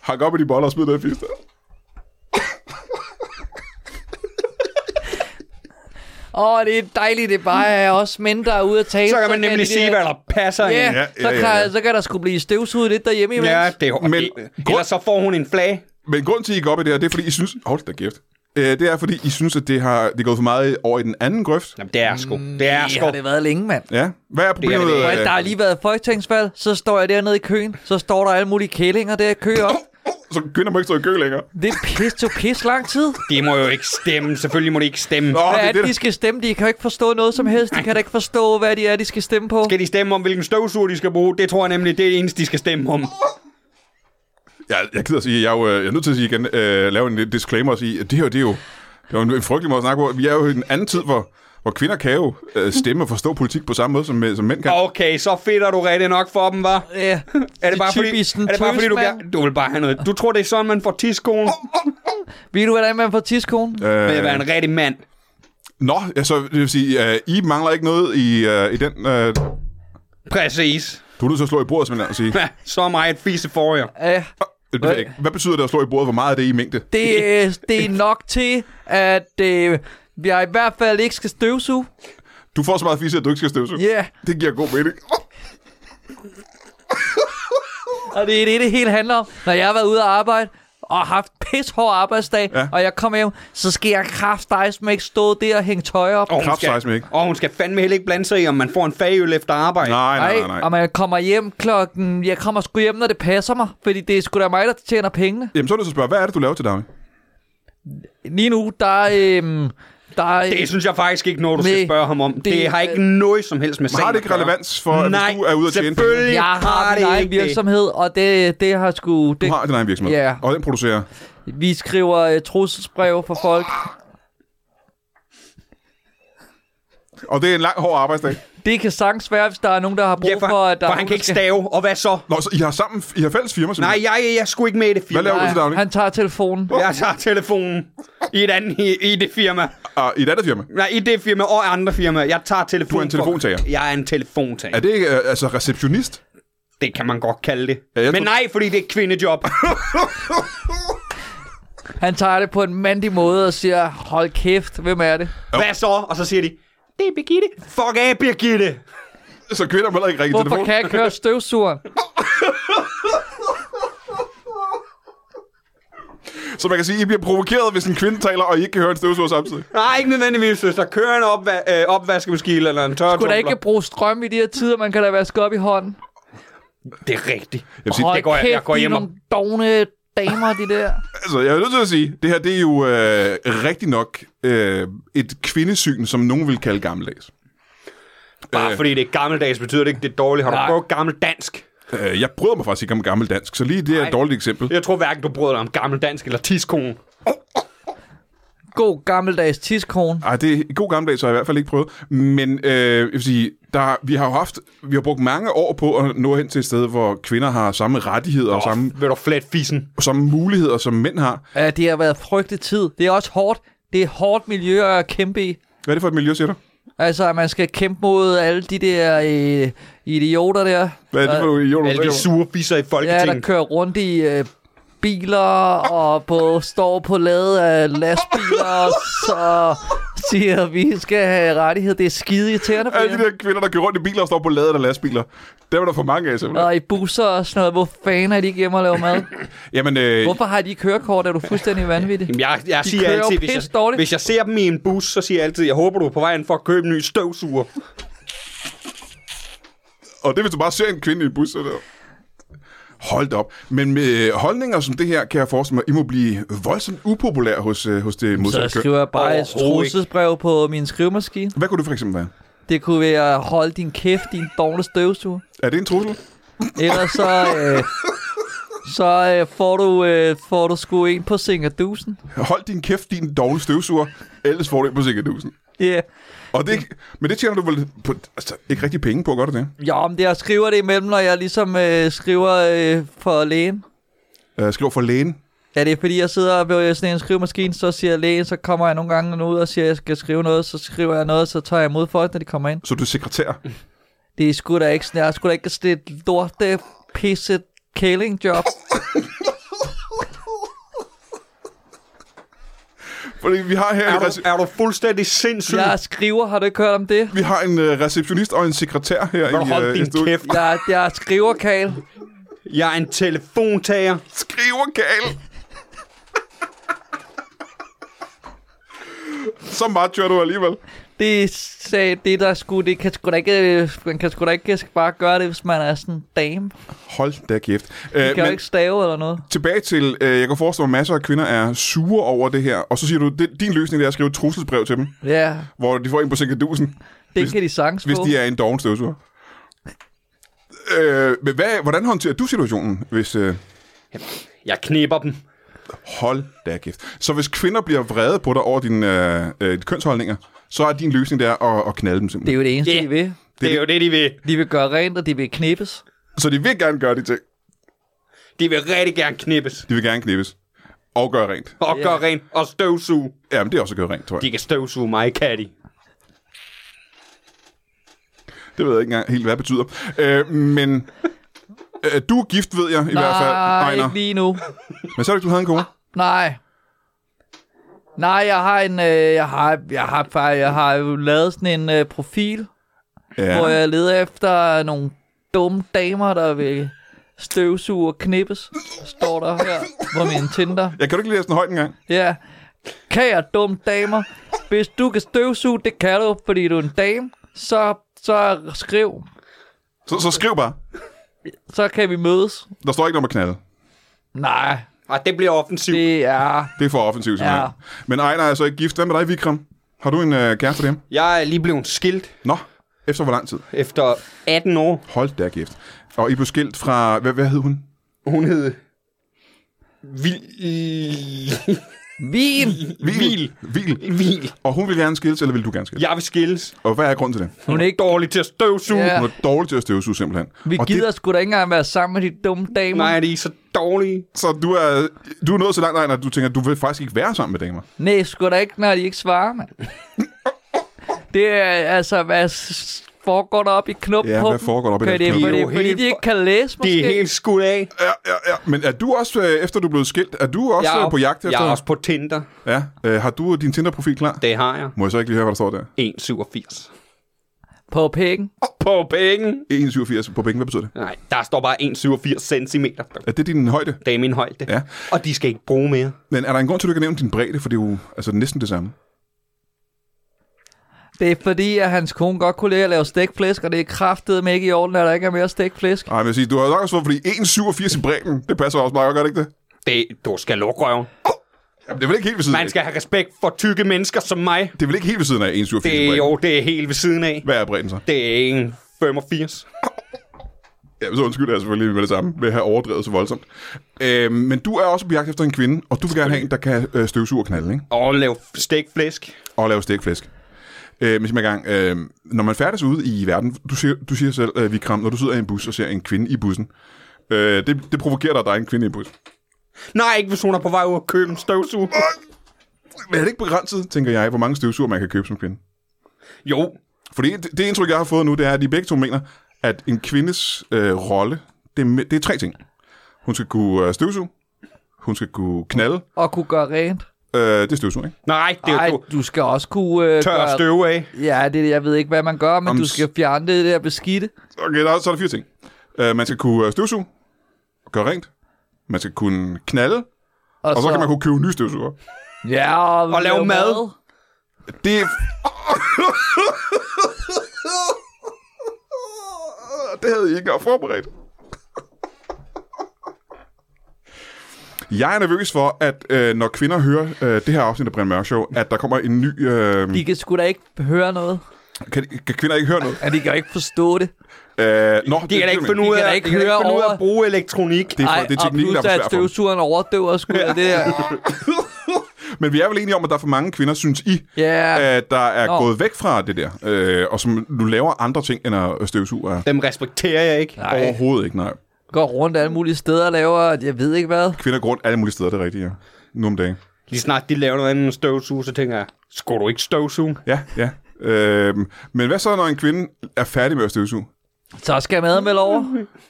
[SPEAKER 1] hak op i de boller og smid noget fisk.
[SPEAKER 3] Åh, det er dejligt, det er bare også mindre ude at tale.
[SPEAKER 2] Så kan man
[SPEAKER 3] de
[SPEAKER 2] nemlig
[SPEAKER 3] der-
[SPEAKER 2] sige, hvad der passer
[SPEAKER 3] Ja,
[SPEAKER 2] ind.
[SPEAKER 3] ja, så,
[SPEAKER 1] ja,
[SPEAKER 3] kan,
[SPEAKER 1] ja.
[SPEAKER 3] så kan der skulle blive støvsuget lidt derhjemme imens.
[SPEAKER 2] Ja, det er jo...
[SPEAKER 1] Men-
[SPEAKER 2] Men, ellers så får hun en flag.
[SPEAKER 1] Men grunden til, at I går op i det her, det er, fordi I synes... Hold da kæft. Øh, det er, fordi I synes, at det har det er gået for meget over i den anden grøft.
[SPEAKER 2] Jamen, det er sgu. Det er
[SPEAKER 3] Mm, det
[SPEAKER 2] sgu.
[SPEAKER 3] har det været længe, mand.
[SPEAKER 1] Ja. Hvad er problemet?
[SPEAKER 2] det.
[SPEAKER 3] Øh. Der har lige været folketingsvalg, så står jeg dernede i køen, så står der alle mulige kællinger der i kø op.
[SPEAKER 1] Så kvinder må ikke stå i kø længere.
[SPEAKER 3] Det er pis to pis lang tid.
[SPEAKER 2] De må jo ikke stemme. Selvfølgelig må de ikke stemme.
[SPEAKER 1] Nå,
[SPEAKER 3] Hvad
[SPEAKER 1] det
[SPEAKER 3] er
[SPEAKER 1] er det,
[SPEAKER 3] det,
[SPEAKER 1] der-
[SPEAKER 3] de skal stemme? De kan jo ikke forstå noget som helst. De kan da ikke forstå, hvad de er, de skal stemme på.
[SPEAKER 2] Skal de stemme om, hvilken støvsuger de skal bruge? Det tror jeg nemlig, det er det eneste, de skal stemme om.
[SPEAKER 1] Jeg, jeg gider at sige, jeg er, jo, øh, jeg er nødt til at sige igen, øh, lave en lille disclaimer og sige, at det her, det er jo, det er jo en, en frygtelig måde at snakke på. Vi er jo i en anden tid, hvor, hvor kvinder kan jo øh, stemme og forstå politik på samme måde, som, øh, som mænd kan.
[SPEAKER 2] Okay, så fedt er du rigtig nok for dem, var?
[SPEAKER 3] Ja,
[SPEAKER 2] Er det bare fordi,
[SPEAKER 3] typisk en
[SPEAKER 2] er det bare fordi du,
[SPEAKER 3] tøsmand.
[SPEAKER 2] gerne, du vil bare have noget? Du tror, det er sådan, man får tiskolen?
[SPEAKER 3] Ved du, hvordan man får tidskone? Ja.
[SPEAKER 2] Med at være en rigtig mand.
[SPEAKER 1] Øh, Nå, altså, det vil sige, øh, I mangler ikke noget i, øh, i den... Øh,
[SPEAKER 2] Præcis.
[SPEAKER 1] du er nødt til at slå i bordet, simpelthen, og sige...
[SPEAKER 2] Ja, Så er mig et fise for jer.
[SPEAKER 3] Øh,
[SPEAKER 1] Øh, Det ved jeg ikke. Hvad betyder det at slå i bordet? Hvor meget er det i mængde?
[SPEAKER 3] det, øh, det er nok til, at øh, jeg i hvert fald ikke skal støvsuge.
[SPEAKER 1] Du får så meget fisse, at du ikke skal støvsuge.
[SPEAKER 3] Ja, yeah.
[SPEAKER 1] Det giver god mening. Oh,
[SPEAKER 3] og det er det, det hele handler om. Når jeg har været ude at arbejde, og haft pishård arbejdsdag,
[SPEAKER 1] Ja.
[SPEAKER 3] ja. og jeg kommer hjem, så skal jeg kraftdejs med ikke stå der og hænge tøj op.
[SPEAKER 2] Og hun,
[SPEAKER 1] Krabsejs med
[SPEAKER 2] skal,
[SPEAKER 1] ikke.
[SPEAKER 2] og hun skal fandme heller ikke blande sig i, om man får en fagøl efter arbejde.
[SPEAKER 1] nej, nej, nej, nej.
[SPEAKER 3] og man kommer hjem klokken... Jeg kommer sgu hjem, når det passer mig, fordi det er sgu da mig, der tjener pengene.
[SPEAKER 1] Jamen, så er det så at spørge, hvad er det, du laver til daglig?
[SPEAKER 3] Lige nu, der er... Øhm, der er
[SPEAKER 2] Det synes jeg faktisk ikke noget, du skal
[SPEAKER 3] Nej.
[SPEAKER 2] spørge ham om. Det, det
[SPEAKER 3] Det-
[SPEAKER 2] har ikke noget som helst med sagen
[SPEAKER 1] Har det
[SPEAKER 2] at
[SPEAKER 1] ikke
[SPEAKER 2] gøre.
[SPEAKER 1] relevans for, at
[SPEAKER 2] Nej,
[SPEAKER 1] hvis du er ude at tjene penge?
[SPEAKER 2] selvfølgelig
[SPEAKER 3] jeg har min
[SPEAKER 2] det
[SPEAKER 3] egen
[SPEAKER 2] ikke det.
[SPEAKER 3] virksomhed, og det, det har sgu...
[SPEAKER 1] Du
[SPEAKER 3] Det,
[SPEAKER 1] har din egen virksomhed,
[SPEAKER 3] Ja.
[SPEAKER 1] og den producerer.
[SPEAKER 3] Vi skriver uh, trusselsbreve for folk.
[SPEAKER 1] Og det er en lang, hård arbejdsdag.
[SPEAKER 3] Det kan sagtens være, hvis der er nogen, der har brug
[SPEAKER 2] Ja, for,
[SPEAKER 3] for, at der
[SPEAKER 2] for
[SPEAKER 3] er
[SPEAKER 2] han
[SPEAKER 3] nogen,
[SPEAKER 2] kan
[SPEAKER 3] der
[SPEAKER 2] ikke
[SPEAKER 3] skal-
[SPEAKER 2] stave, og hvad så?
[SPEAKER 1] Nå, så I har sammen, I har fælles firma,
[SPEAKER 2] Nej,
[SPEAKER 1] simpelthen?
[SPEAKER 2] jeg, jeg er sgu ikke med i det firma.
[SPEAKER 1] Hvad laver du til daglig?
[SPEAKER 3] Nej, han tager telefonen.
[SPEAKER 2] Jeg tager telefonen i, et andet, i, i det firma.
[SPEAKER 1] Og Ah, I et andet firma?
[SPEAKER 2] Nej, i det firma og andre firmaer. Jeg tager telefonen.
[SPEAKER 1] Du er en telefontager.
[SPEAKER 2] Jeg er en telefontager.
[SPEAKER 1] Er det ikke, øh, altså, receptionist?
[SPEAKER 2] Det kan man godt kalde det.
[SPEAKER 1] Ja,
[SPEAKER 2] Ja,
[SPEAKER 1] jeg
[SPEAKER 2] Men tror...
[SPEAKER 1] tror-
[SPEAKER 2] nej, fordi det er et kvindejob.
[SPEAKER 3] Han tager det på en mandig måde og siger, hold kæft, hvem er det?
[SPEAKER 2] Hvad så? Og så siger de, det er Birgitte. Fuck af, Birgitte.
[SPEAKER 1] Så kvinder må heller ikke ringe i
[SPEAKER 3] Hvorfor
[SPEAKER 1] telefon?
[SPEAKER 3] kan jeg ikke høre støvsugeren?
[SPEAKER 1] Så man kan sige, I bliver provokeret, hvis en kvinde taler, og I ikke kan høre en støvsuger samtidig.
[SPEAKER 2] Nej, ikke nødvendigvis, hvis der kører en opva- øh, opvaskemaskine eller en
[SPEAKER 3] Kunne
[SPEAKER 2] tørretumbler.
[SPEAKER 3] der ikke bruge strøm i de her tider, man kan da vaske op i hånden?
[SPEAKER 2] Det er rigtigt.
[SPEAKER 1] Jeg vil sige,
[SPEAKER 3] Hold
[SPEAKER 2] det går jeg- jeg
[SPEAKER 3] kæft,
[SPEAKER 2] går hjem
[SPEAKER 3] de
[SPEAKER 2] og-
[SPEAKER 3] er nogle dogne damer, de der.
[SPEAKER 1] Altså, jeg er nødt til at sige, det her det er jo øh, rigtig nok øh, et kvindesyn, som nogen vil kalde gammeldags.
[SPEAKER 2] Bare
[SPEAKER 1] Øh.
[SPEAKER 2] øh. fordi det er gammeldags, betyder det ikke, det er dårligt. Har du
[SPEAKER 3] Nej.
[SPEAKER 2] prøvet gammeldansk?
[SPEAKER 1] Øh, jeg bryder mig faktisk ikke om gammeldansk, så lige det er et dårligt eksempel.
[SPEAKER 2] Jeg tror hverken, du bryder dig om gammeldansk eller tidskonen.
[SPEAKER 3] God gammeldags tidskone.
[SPEAKER 1] Ej, det er god gammeldags, så har jeg i hvert fald ikke prøvet. Men øh, jeg vil sige, der, vi har jo haft, vi har brugt mange år på at nå hen til et sted, hvor kvinder har samme rettigheder og samme,
[SPEAKER 2] Vil du flet fissen?
[SPEAKER 1] samme muligheder, som mænd har.
[SPEAKER 3] Ja, det har været frygtelig tid. Det er også hårdt. Det er hårdt miljø at kæmpe i.
[SPEAKER 1] Hvad er det for et miljø, siger du?
[SPEAKER 3] Altså, at man skal kæmpe mod alle de der øh, idioter der.
[SPEAKER 1] Hvad er det for
[SPEAKER 3] Øh,
[SPEAKER 1] nogle idioter,
[SPEAKER 2] Alle
[SPEAKER 1] der
[SPEAKER 2] de sure fisser i
[SPEAKER 3] Ja, der
[SPEAKER 2] Folketinget.
[SPEAKER 3] kører rundt i øh, biler og på, står på lade af lastbiler og så siger, at vi skal have rettighed. Det er skide irriterende for
[SPEAKER 1] Alle de
[SPEAKER 3] jer.
[SPEAKER 1] der kvinder, der kører rundt i biler og står på ladet af lastbiler. Dem er der for mange af, simpelthen.
[SPEAKER 3] Og i busser og sådan noget. Hvor fanden er de ikke hjemme og laver mad?
[SPEAKER 1] Jamen, øh,
[SPEAKER 3] Hvorfor har de ikke kørekort? Er du fuldstændig vanvittig?
[SPEAKER 2] Jamen, jeg, jeg
[SPEAKER 3] De
[SPEAKER 2] siger
[SPEAKER 3] kører jo
[SPEAKER 2] altid, hvis
[SPEAKER 3] pisse
[SPEAKER 2] jeg,
[SPEAKER 3] dårligt.
[SPEAKER 2] hvis jeg ser dem i en bus, så siger jeg altid, jeg håber, du er på vejen for at købe en ny støvsuger.
[SPEAKER 1] Og det er, hvis du bare ser en kvinde i en bus. Så er det- Hold da op. Men med øh, holdninger som det her, kan jeg forestille mig, I må blive voldsomt upopulære hos, øh, hos det
[SPEAKER 3] Så
[SPEAKER 1] modsatte køn.
[SPEAKER 3] skriver jeg bare et
[SPEAKER 2] Overhovedet ikke.
[SPEAKER 3] trusselsbrev på min skrivemaskine.
[SPEAKER 1] Hvad kunne det for eksempel være?
[SPEAKER 3] Det kunne være, hold din kæft, din dårlige støvsuger.
[SPEAKER 1] Er det en trussel?
[SPEAKER 3] Ellers så, øh, så øh, får, du, øh, får du sgu en på Singadusen.
[SPEAKER 1] Hold din kæft, din dogne støvsuger, ellers får du en på sikkerhedshusen.
[SPEAKER 3] Ja. Yeah.
[SPEAKER 1] Og det, er ikke- men det tjener du vel på, altså, ikke rigtig penge på, gør du det?
[SPEAKER 3] Ja, men det, jeg skriver det imellem, når jeg ligesom øh, skriver øh, for lægen.
[SPEAKER 1] Uh, skriver for lægen.
[SPEAKER 3] Ja, det er fordi, jeg sidder ved sådan en skrivemaskine, så siger lægen, så kommer jeg nogle gange ud og siger, at jeg skal skrive noget, så skriver jeg noget, så tager jeg imod folk, når de kommer ind.
[SPEAKER 1] Så du er sekretær.
[SPEAKER 3] Det er sgu da ikke sådan, jeg er sgu da ikke sådan et lorte, pisset kælingjob.
[SPEAKER 1] Fordi vi har her
[SPEAKER 2] Er
[SPEAKER 1] en,
[SPEAKER 2] du,
[SPEAKER 1] rece-
[SPEAKER 2] er du fuldstændig sindssyg? Ja.
[SPEAKER 3] Jeg skriver, har du ikke hørt om det?
[SPEAKER 1] vi har en uh, receptionist og en sekretær her
[SPEAKER 2] Vil du
[SPEAKER 1] i,
[SPEAKER 2] holde
[SPEAKER 1] øh, i
[SPEAKER 2] din
[SPEAKER 1] studiet.
[SPEAKER 2] kæft?
[SPEAKER 3] Jeg, jeg skriver, Karl.
[SPEAKER 2] Jeg er en telefontager.
[SPEAKER 1] Skriver gal. Så meget kører du alligevel.
[SPEAKER 3] Det sagde det, der skulle, det kan sgu da ikke, øh, man kan sgu da ikke bare gøre det, hvis man er sådan en dame.
[SPEAKER 1] Hold da kæft.
[SPEAKER 3] Man
[SPEAKER 1] Øh,
[SPEAKER 3] kan jo
[SPEAKER 1] men
[SPEAKER 3] ikke stave eller noget.
[SPEAKER 1] tilbage til, øh, jeg kan forestille mig, at masser af kvinder er sure over det her, og så siger du, det, din løsning det er at skrive et trusselsbrev til dem,
[SPEAKER 3] Ja,
[SPEAKER 1] hvor de får en på sikkerhedshusen.
[SPEAKER 3] det
[SPEAKER 1] Hvis-
[SPEAKER 3] kan de sagtens
[SPEAKER 1] hvis
[SPEAKER 3] få.
[SPEAKER 1] de er en doven støvsuger. Øh, men hvad, hvordan håndterer du situationen, hvis... Øh,
[SPEAKER 2] Jeg knipper dem.
[SPEAKER 1] hold da kæft. Så hvis kvinder bliver vrede på dig over dine øh, øh, dine kønsholdninger, så er din løsning der at, at knalde dem
[SPEAKER 3] Det er
[SPEAKER 1] simpelthen.
[SPEAKER 3] jo det eneste,
[SPEAKER 2] Ja.
[SPEAKER 3] yeah. de vil.
[SPEAKER 2] Det er jo det, de vil.
[SPEAKER 3] De vil gøre rent, og de vil knippes.
[SPEAKER 1] Så de vil gerne gøre de ting.
[SPEAKER 2] De vil rigtig gerne knippes.
[SPEAKER 1] De vil gerne knippes. Og gøre rent.
[SPEAKER 2] Og gør rent. Og støvsuge.
[SPEAKER 1] Jamen, det er også at gøre rent, tror jeg.
[SPEAKER 2] De kan støvsuge mig, kan de.
[SPEAKER 1] Det ved jeg ikke engang helt, hvad det betyder. Øh, men øh, du er gift, ved jeg i hvert fald,
[SPEAKER 3] Nej,
[SPEAKER 1] Ejner.
[SPEAKER 3] ikke lige nu.
[SPEAKER 1] Men så er det ikke, du havde en kone.
[SPEAKER 3] Nej. Nej, jeg har en, øh, jeg har, jeg har, fa- jeg har jo lavet sådan en øh, profil, ja. hvor
[SPEAKER 1] Ja.
[SPEAKER 3] jeg leder efter nogle dumme damer, der vil støvsuge og knippes, står der her på min Tinder.
[SPEAKER 1] Jeg kan du ikke læse den højt engang?
[SPEAKER 3] Ja. Kære dumme damer, hvis du kan støvsuge, det kan du, fordi du er en dame, så, så skriv,
[SPEAKER 1] Så, så skriv bare.
[SPEAKER 3] så kan vi mødes.
[SPEAKER 1] Der står ikke noget om at knalde.
[SPEAKER 3] Nej,
[SPEAKER 2] Og det bliver offensivt.
[SPEAKER 3] det er...
[SPEAKER 1] Det er for offensivt, simpelthen.
[SPEAKER 3] Ja.
[SPEAKER 1] Men Ejner er så ikke gift. Hvad med dig, Vikram? Har du en øh, kæreste derhjemme?
[SPEAKER 2] Jeg er lige blevet skilt
[SPEAKER 1] Nå, efter hvor lang tid?
[SPEAKER 2] efter 18 år.
[SPEAKER 1] Hold da kæft. Og I blev skilt fra... Hvad, hvad hed hun?
[SPEAKER 2] Hun hed... Vil...
[SPEAKER 3] Vin!
[SPEAKER 2] Vil.
[SPEAKER 1] Vil.
[SPEAKER 2] Vil.
[SPEAKER 1] Og hun vil gerne skilles, eller vil du gerne skilles?
[SPEAKER 2] Jeg vil skilles.
[SPEAKER 1] Og hvad er grunden til det?
[SPEAKER 3] Hun er ikke
[SPEAKER 2] Dårlig til at støvsuge.
[SPEAKER 3] Ja.
[SPEAKER 2] Yeah.
[SPEAKER 1] Hun er dårlig til at støvsuge, simpelthen.
[SPEAKER 3] Vi
[SPEAKER 1] og
[SPEAKER 3] gider sgu da ikke engang være sammen med de dumme damer.
[SPEAKER 2] Nej, de er så dårlige.
[SPEAKER 1] Det, så du er, du er nået så langt, Ejner, at du tænker, at du vil faktisk ikke være sammen med damer.
[SPEAKER 3] Nej, sgu da ikke, når de ikke svarer, mand. Det er altså, hvad s- foregår der op i knop
[SPEAKER 1] Ja,
[SPEAKER 3] på
[SPEAKER 1] hvad
[SPEAKER 3] dem?
[SPEAKER 1] foregår der op i
[SPEAKER 3] Kan
[SPEAKER 1] deres
[SPEAKER 3] det,
[SPEAKER 1] knop?
[SPEAKER 3] fordi,
[SPEAKER 2] Det er jo
[SPEAKER 3] fordi, fordi
[SPEAKER 2] helt
[SPEAKER 3] de
[SPEAKER 2] for-
[SPEAKER 3] ikke kan læse, måske?
[SPEAKER 2] Det er helt skudt af.
[SPEAKER 1] Ja, ja, ja. Men er du også, øh, efter du er blevet skilt, er du også
[SPEAKER 2] Jeg er
[SPEAKER 1] øh, på jagt efter?
[SPEAKER 2] Jeg er også på Tinder.
[SPEAKER 1] Ja. Øh, har du din Tinder-profil klar?
[SPEAKER 2] Det har jeg.
[SPEAKER 1] Må jeg så ikke lige høre, hvad der står der?
[SPEAKER 2] 1,87.
[SPEAKER 3] På pikken.
[SPEAKER 2] På penge.
[SPEAKER 1] 1,87 på bænken. Hvad betyder det?
[SPEAKER 2] Nej, der står bare 1,87 cm.
[SPEAKER 1] Er det din højde?
[SPEAKER 2] Det er min højde.
[SPEAKER 1] Ja.
[SPEAKER 2] Og de skal ikke bruge mere.
[SPEAKER 1] Men er der en grund til, at du ikke har nævnt din bredde? For det er jo altså, næsten det samme.
[SPEAKER 3] Det er fordi, at hans kone godt kunne lære at lave stækflæsk, og det er kraftet med ikke i orden, at der ikke er mere stækflæsk.
[SPEAKER 1] Ej, men jeg vil sige, du har nok også fået, fordi 1,87 i bredden, det passer også meget godt, ikke det?
[SPEAKER 2] Det, du skal lukke røven.
[SPEAKER 1] Jamen, det er vel ikke helt ved siden
[SPEAKER 2] Man skal have respekt for tykke mennesker som mig.
[SPEAKER 1] af. Det er vel ikke helt ved siden af 1,87 i
[SPEAKER 2] Det er
[SPEAKER 1] bredden?
[SPEAKER 2] jo, det er helt ved siden af.
[SPEAKER 1] Hvad er bredden så?
[SPEAKER 2] Det er en 85.
[SPEAKER 1] Ja, så undskylder jeg selvfølgelig med det samme, ved at have overdrevet så voldsomt. Øh, men du er også på jagt efter en kvinde, og du vil gerne have en, der kan øh, støvsuge og knalde, ikke?
[SPEAKER 2] Og lave stegflæsk.
[SPEAKER 1] Og lave stikflæsk. Øh, men simpelthen gang, øh, når man færdes ude i verden, du siger, du siger selv, øh, Vikram, når du sidder i en bus og ser en kvinde i bussen, øh, det, det provokerer dig, at der er en kvinde i en bus.
[SPEAKER 2] Nej, ikke hvis hun er på vej ud at købe en støvsuger.
[SPEAKER 1] Men er det ikke begrænset, tænker jeg, hvor mange støvsuger man kan købe som kvinde?
[SPEAKER 2] Jo,
[SPEAKER 1] Fordi det, det indtryk, jeg har fået nu, det er, at de begge to mener, at en kvindes øh, rolle, det, er me- det er tre ting. Hun skal kunne øh, støvsuge, hun skal kunne knalde,
[SPEAKER 3] Og kunne gøre rent.
[SPEAKER 1] øh, det er støvsug, ikke?
[SPEAKER 2] nej, det er
[SPEAKER 3] Nej,
[SPEAKER 2] jo
[SPEAKER 3] du skal også kunne... Øh,
[SPEAKER 2] tør
[SPEAKER 3] gøre...
[SPEAKER 2] støv af.
[SPEAKER 3] Ja, det, jeg ved ikke, hvad man gør, men
[SPEAKER 1] Om
[SPEAKER 3] du
[SPEAKER 1] s-
[SPEAKER 3] skal fjerne det der beskidte.
[SPEAKER 1] Okay, der, er- så er der fire ting. Øh, man skal kunne øh, støvsuge, gøre rent, man skal kunne knalde,
[SPEAKER 3] Og,
[SPEAKER 1] og så kan man kunne købe nye støvsuger.
[SPEAKER 3] Ja, og,
[SPEAKER 2] Og lave mad.
[SPEAKER 1] Det er... det havde I ikke engang forberedt. Jeg er nervøs for, at øh, når kvinder hører øh, det her afsnit af Brian Mørk Show, at der kommer en ny... Øh,
[SPEAKER 3] De kan sgu da ikke høre noget.
[SPEAKER 1] kan, kan kvinder ikke høre noget?
[SPEAKER 3] Ja, de kan jo ikke forstå det.
[SPEAKER 1] Øh, nå,
[SPEAKER 2] De kan da ikke finde
[SPEAKER 3] De
[SPEAKER 2] ud
[SPEAKER 3] kan
[SPEAKER 2] af,
[SPEAKER 3] da
[SPEAKER 2] de
[SPEAKER 3] ikke
[SPEAKER 2] kan da
[SPEAKER 3] høre
[SPEAKER 2] ikke finde ud af
[SPEAKER 3] over-
[SPEAKER 2] at bruge elektronik.
[SPEAKER 1] Det er, for, det er
[SPEAKER 3] og
[SPEAKER 1] teknikken, der
[SPEAKER 3] plus
[SPEAKER 1] er for
[SPEAKER 3] at
[SPEAKER 1] svær for dem.
[SPEAKER 3] støvsugeren overdøver sgu da det her.
[SPEAKER 1] Men vi er vel enige om, at der er for mange kvinder, synes I,
[SPEAKER 3] Ja.
[SPEAKER 1] øh, der er
[SPEAKER 3] Nå.
[SPEAKER 1] gået væk fra det der, øh, og som nu laver andre ting end at støvsuge. Er.
[SPEAKER 2] Dem respekterer jeg ikke.
[SPEAKER 3] Nej.
[SPEAKER 1] Overhovedet ikke, nej.
[SPEAKER 3] Går rundt alle mulige steder og laver, at jeg ved ikke hvad.
[SPEAKER 1] Kvinder går rundt alle mulige steder, det er rigtigt, ja. Nu om dagen.
[SPEAKER 2] Lige snart de laver noget andet end støvsuge, så tænker jeg, skulle du ikke støvsuge?
[SPEAKER 1] Ja, ja. Øhm, men hvad så, når en kvinde er færdig med at støvsuge?
[SPEAKER 3] Så skal maden vel over.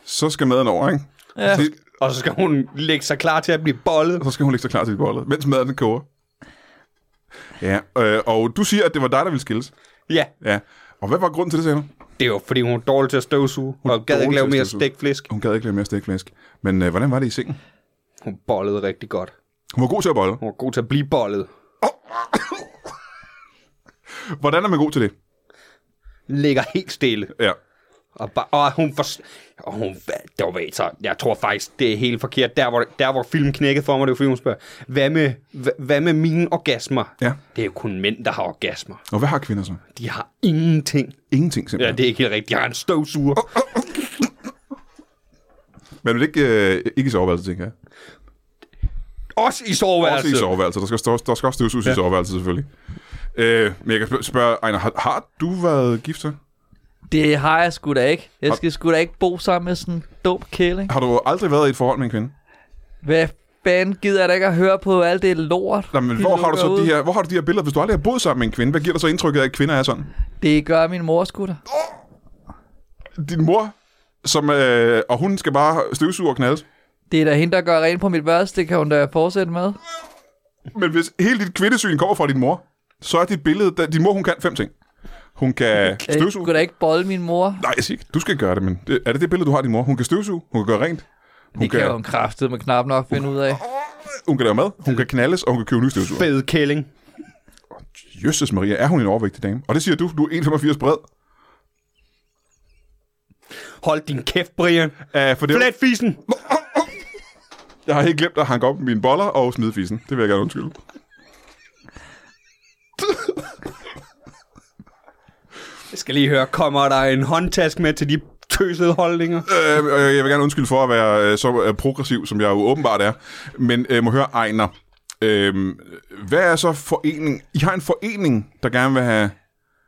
[SPEAKER 1] Så skal maden over, ikke? Ja. Så,
[SPEAKER 2] Og så skal hun lægge sig klar til at blive bollet.
[SPEAKER 1] så skal hun ligge så klar til bollet, mens maden koger. Ja, øh, og du siger, at det var dig, der ville skilles.
[SPEAKER 2] Ja,
[SPEAKER 1] Ja. Og hvad var grunden til det, sagde du?
[SPEAKER 2] det er jo fordi, hun er dårlig til at støvsuge, og gad
[SPEAKER 1] dårlig
[SPEAKER 2] ikke lave
[SPEAKER 1] til at
[SPEAKER 2] mere
[SPEAKER 1] støvsuge.
[SPEAKER 2] stegflæsk.
[SPEAKER 1] Hun gad ikke lave mere stegflæsk. Men øh, hvordan var det i sengen?
[SPEAKER 2] Hun bollede rigtig godt.
[SPEAKER 1] Hun var god til at bolle.
[SPEAKER 2] Hun var god til at blive bollet.
[SPEAKER 1] Hvordan er man god til det?
[SPEAKER 2] Ligger helt stille.
[SPEAKER 1] Ja.
[SPEAKER 2] Og, bare, og hun for... Og hun, hvad- det var ved, så jeg tror faktisk, det er helt forkert. Der, hvor, der, hvor filmen knækkede for mig, det var fordi, hun spørger, hvad med, hvad, hvad med mine orgasmer?
[SPEAKER 1] Ja.
[SPEAKER 2] Det er jo kun mænd, der har orgasmer.
[SPEAKER 1] Og hvad har kvinder så?
[SPEAKER 2] De har ingenting.
[SPEAKER 1] Ingenting
[SPEAKER 2] Ja,
[SPEAKER 1] simpelthen.
[SPEAKER 2] det er ikke helt rigtigt. Jeg har en støvsuger.
[SPEAKER 1] Men vil ikke, øh, ikke i soveværelset, tænker jeg.
[SPEAKER 2] Også i soveværelset.
[SPEAKER 1] Også i soveværelset. Der skal, der, der skal også støvsuges ja. i soveværelset, selvfølgelig. Øh, men jeg kan sp- spørge, Ejner, har, har du været gift så?
[SPEAKER 3] Det har jeg sgu da ikke. Jeg skal sgu da ikke bo sammen med sådan en dum kælling.
[SPEAKER 1] Har du aldrig været i et forhold med en kvinde?
[SPEAKER 3] Hvad band gider jeg da ikke at høre på alt det lort.
[SPEAKER 1] Nå, men
[SPEAKER 3] de
[SPEAKER 1] hvor har, du
[SPEAKER 3] lukker
[SPEAKER 1] så
[SPEAKER 3] ud.
[SPEAKER 1] de her, hvor har du de her billeder, hvis du aldrig har boet sammen med en kvinde? Hvad giver dig så indtrykket af, at kvinder er sådan?
[SPEAKER 3] Det gør min mor skutter.
[SPEAKER 1] Din mor, som, øh, og hun skal bare støvsuge og knaldes.
[SPEAKER 3] Det er da hende, der gør rent på mit værelse, det kan hun da fortsætte med.
[SPEAKER 1] Men hvis hele dit kvindesyn kommer fra din mor, så er dit billede... Da, din mor, hun kan fem ting. Hun kan
[SPEAKER 3] Jeg
[SPEAKER 1] støvsuge...
[SPEAKER 3] kunne da ikke bolde min mor.
[SPEAKER 1] Nej, jeg siger ikke. Du skal gøre det, men det, er det det billede, du har af din mor? Hun kan støvsuge, hun kan gøre rent, hun,
[SPEAKER 3] Det
[SPEAKER 1] kan,
[SPEAKER 3] kan hun kraftede med knap nok finde ud af.
[SPEAKER 1] hun kan lave mad, hun kan knaldes, og hun kan købe nye støvsuger.
[SPEAKER 2] Fed kælling.
[SPEAKER 1] Jøsses Maria, er hun en overvægtig dame? Og det siger du, du er 1,85 bred.
[SPEAKER 2] Hold din kæft, Brian.
[SPEAKER 1] Uh, for det,
[SPEAKER 2] Flatfisen.
[SPEAKER 1] Jeg har helt glemt at hanke op mine boller og smide fissen. Det vil jeg gerne undskylde.
[SPEAKER 2] Jeg skal lige høre, kommer der en håndtask med til de tøsede holdninger?
[SPEAKER 1] Øh, øh, jeg vil gerne undskylde for at være øh, så øh, progressiv, som jeg jo åbenbart er. Men øh, må høre, Ejner. Øh, hvad er så forening? I har en forening, der gerne vil have...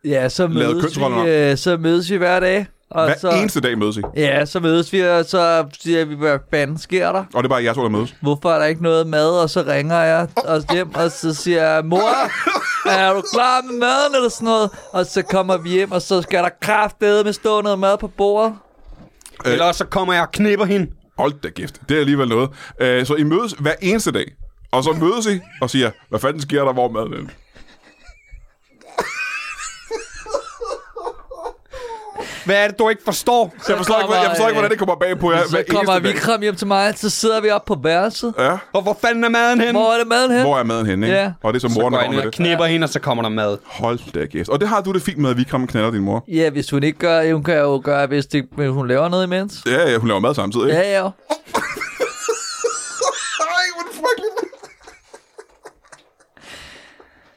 [SPEAKER 3] Ja, så
[SPEAKER 1] Lavet
[SPEAKER 3] mødes,
[SPEAKER 1] kønsroller
[SPEAKER 3] vi, øh, så mødes vi hver dag. Og
[SPEAKER 1] Hver
[SPEAKER 3] så,
[SPEAKER 1] så... eneste dag mødes I.
[SPEAKER 3] Ja, så mødes vi, og så siger vi, hvad fanden sker der?
[SPEAKER 1] Og det er bare jeres ord, der mødes.
[SPEAKER 3] Hvorfor er der ikke noget mad? Og så ringer jeg og hjem, og så siger jeg, mor, er du klar med maden eller sådan noget? Og så kommer vi hjem, og så skal der kraftede med stå noget mad på bordet.
[SPEAKER 2] Øh. Ellers så kommer jeg og knipper hende.
[SPEAKER 1] Hold da gift. Det er alligevel noget. Øh, så I mødes hver eneste dag. Og så mødes I og siger, hvad fanden sker der, hvor er maden er?"
[SPEAKER 2] Hvad er det, du ikke forstår?
[SPEAKER 1] Så jeg forstår, ikke, hvordan- jeg forstår ikke, hvordan det kommer bag på jer hver
[SPEAKER 3] Så kommer
[SPEAKER 1] eneste
[SPEAKER 3] vi
[SPEAKER 1] dag.
[SPEAKER 3] kram hjem til mig, så sidder vi op på værelset.
[SPEAKER 1] Ja.
[SPEAKER 2] Og hvor fanden er maden henne?
[SPEAKER 3] Hvor er det maden hen?
[SPEAKER 1] Hvor er maden henne, ikke?
[SPEAKER 3] Ja.
[SPEAKER 1] Og det er så
[SPEAKER 2] Så
[SPEAKER 1] moren, der
[SPEAKER 2] går jeg
[SPEAKER 1] kommer
[SPEAKER 2] ned
[SPEAKER 1] med
[SPEAKER 2] og
[SPEAKER 1] det.
[SPEAKER 2] knipper hende, og så kommer der mad.
[SPEAKER 1] Hold da gæst. Og det har du det fint med, at vi kommer og knaller din mor.
[SPEAKER 3] Ja, hvis hun ikke gør, hun kan jo gøre, hvis det, men hun laver noget imens.
[SPEAKER 1] Ja, ja, hun laver mad samtidig, ikke?
[SPEAKER 3] Ja,
[SPEAKER 1] Ej,
[SPEAKER 3] ja.
[SPEAKER 1] hvor er det frygteligt.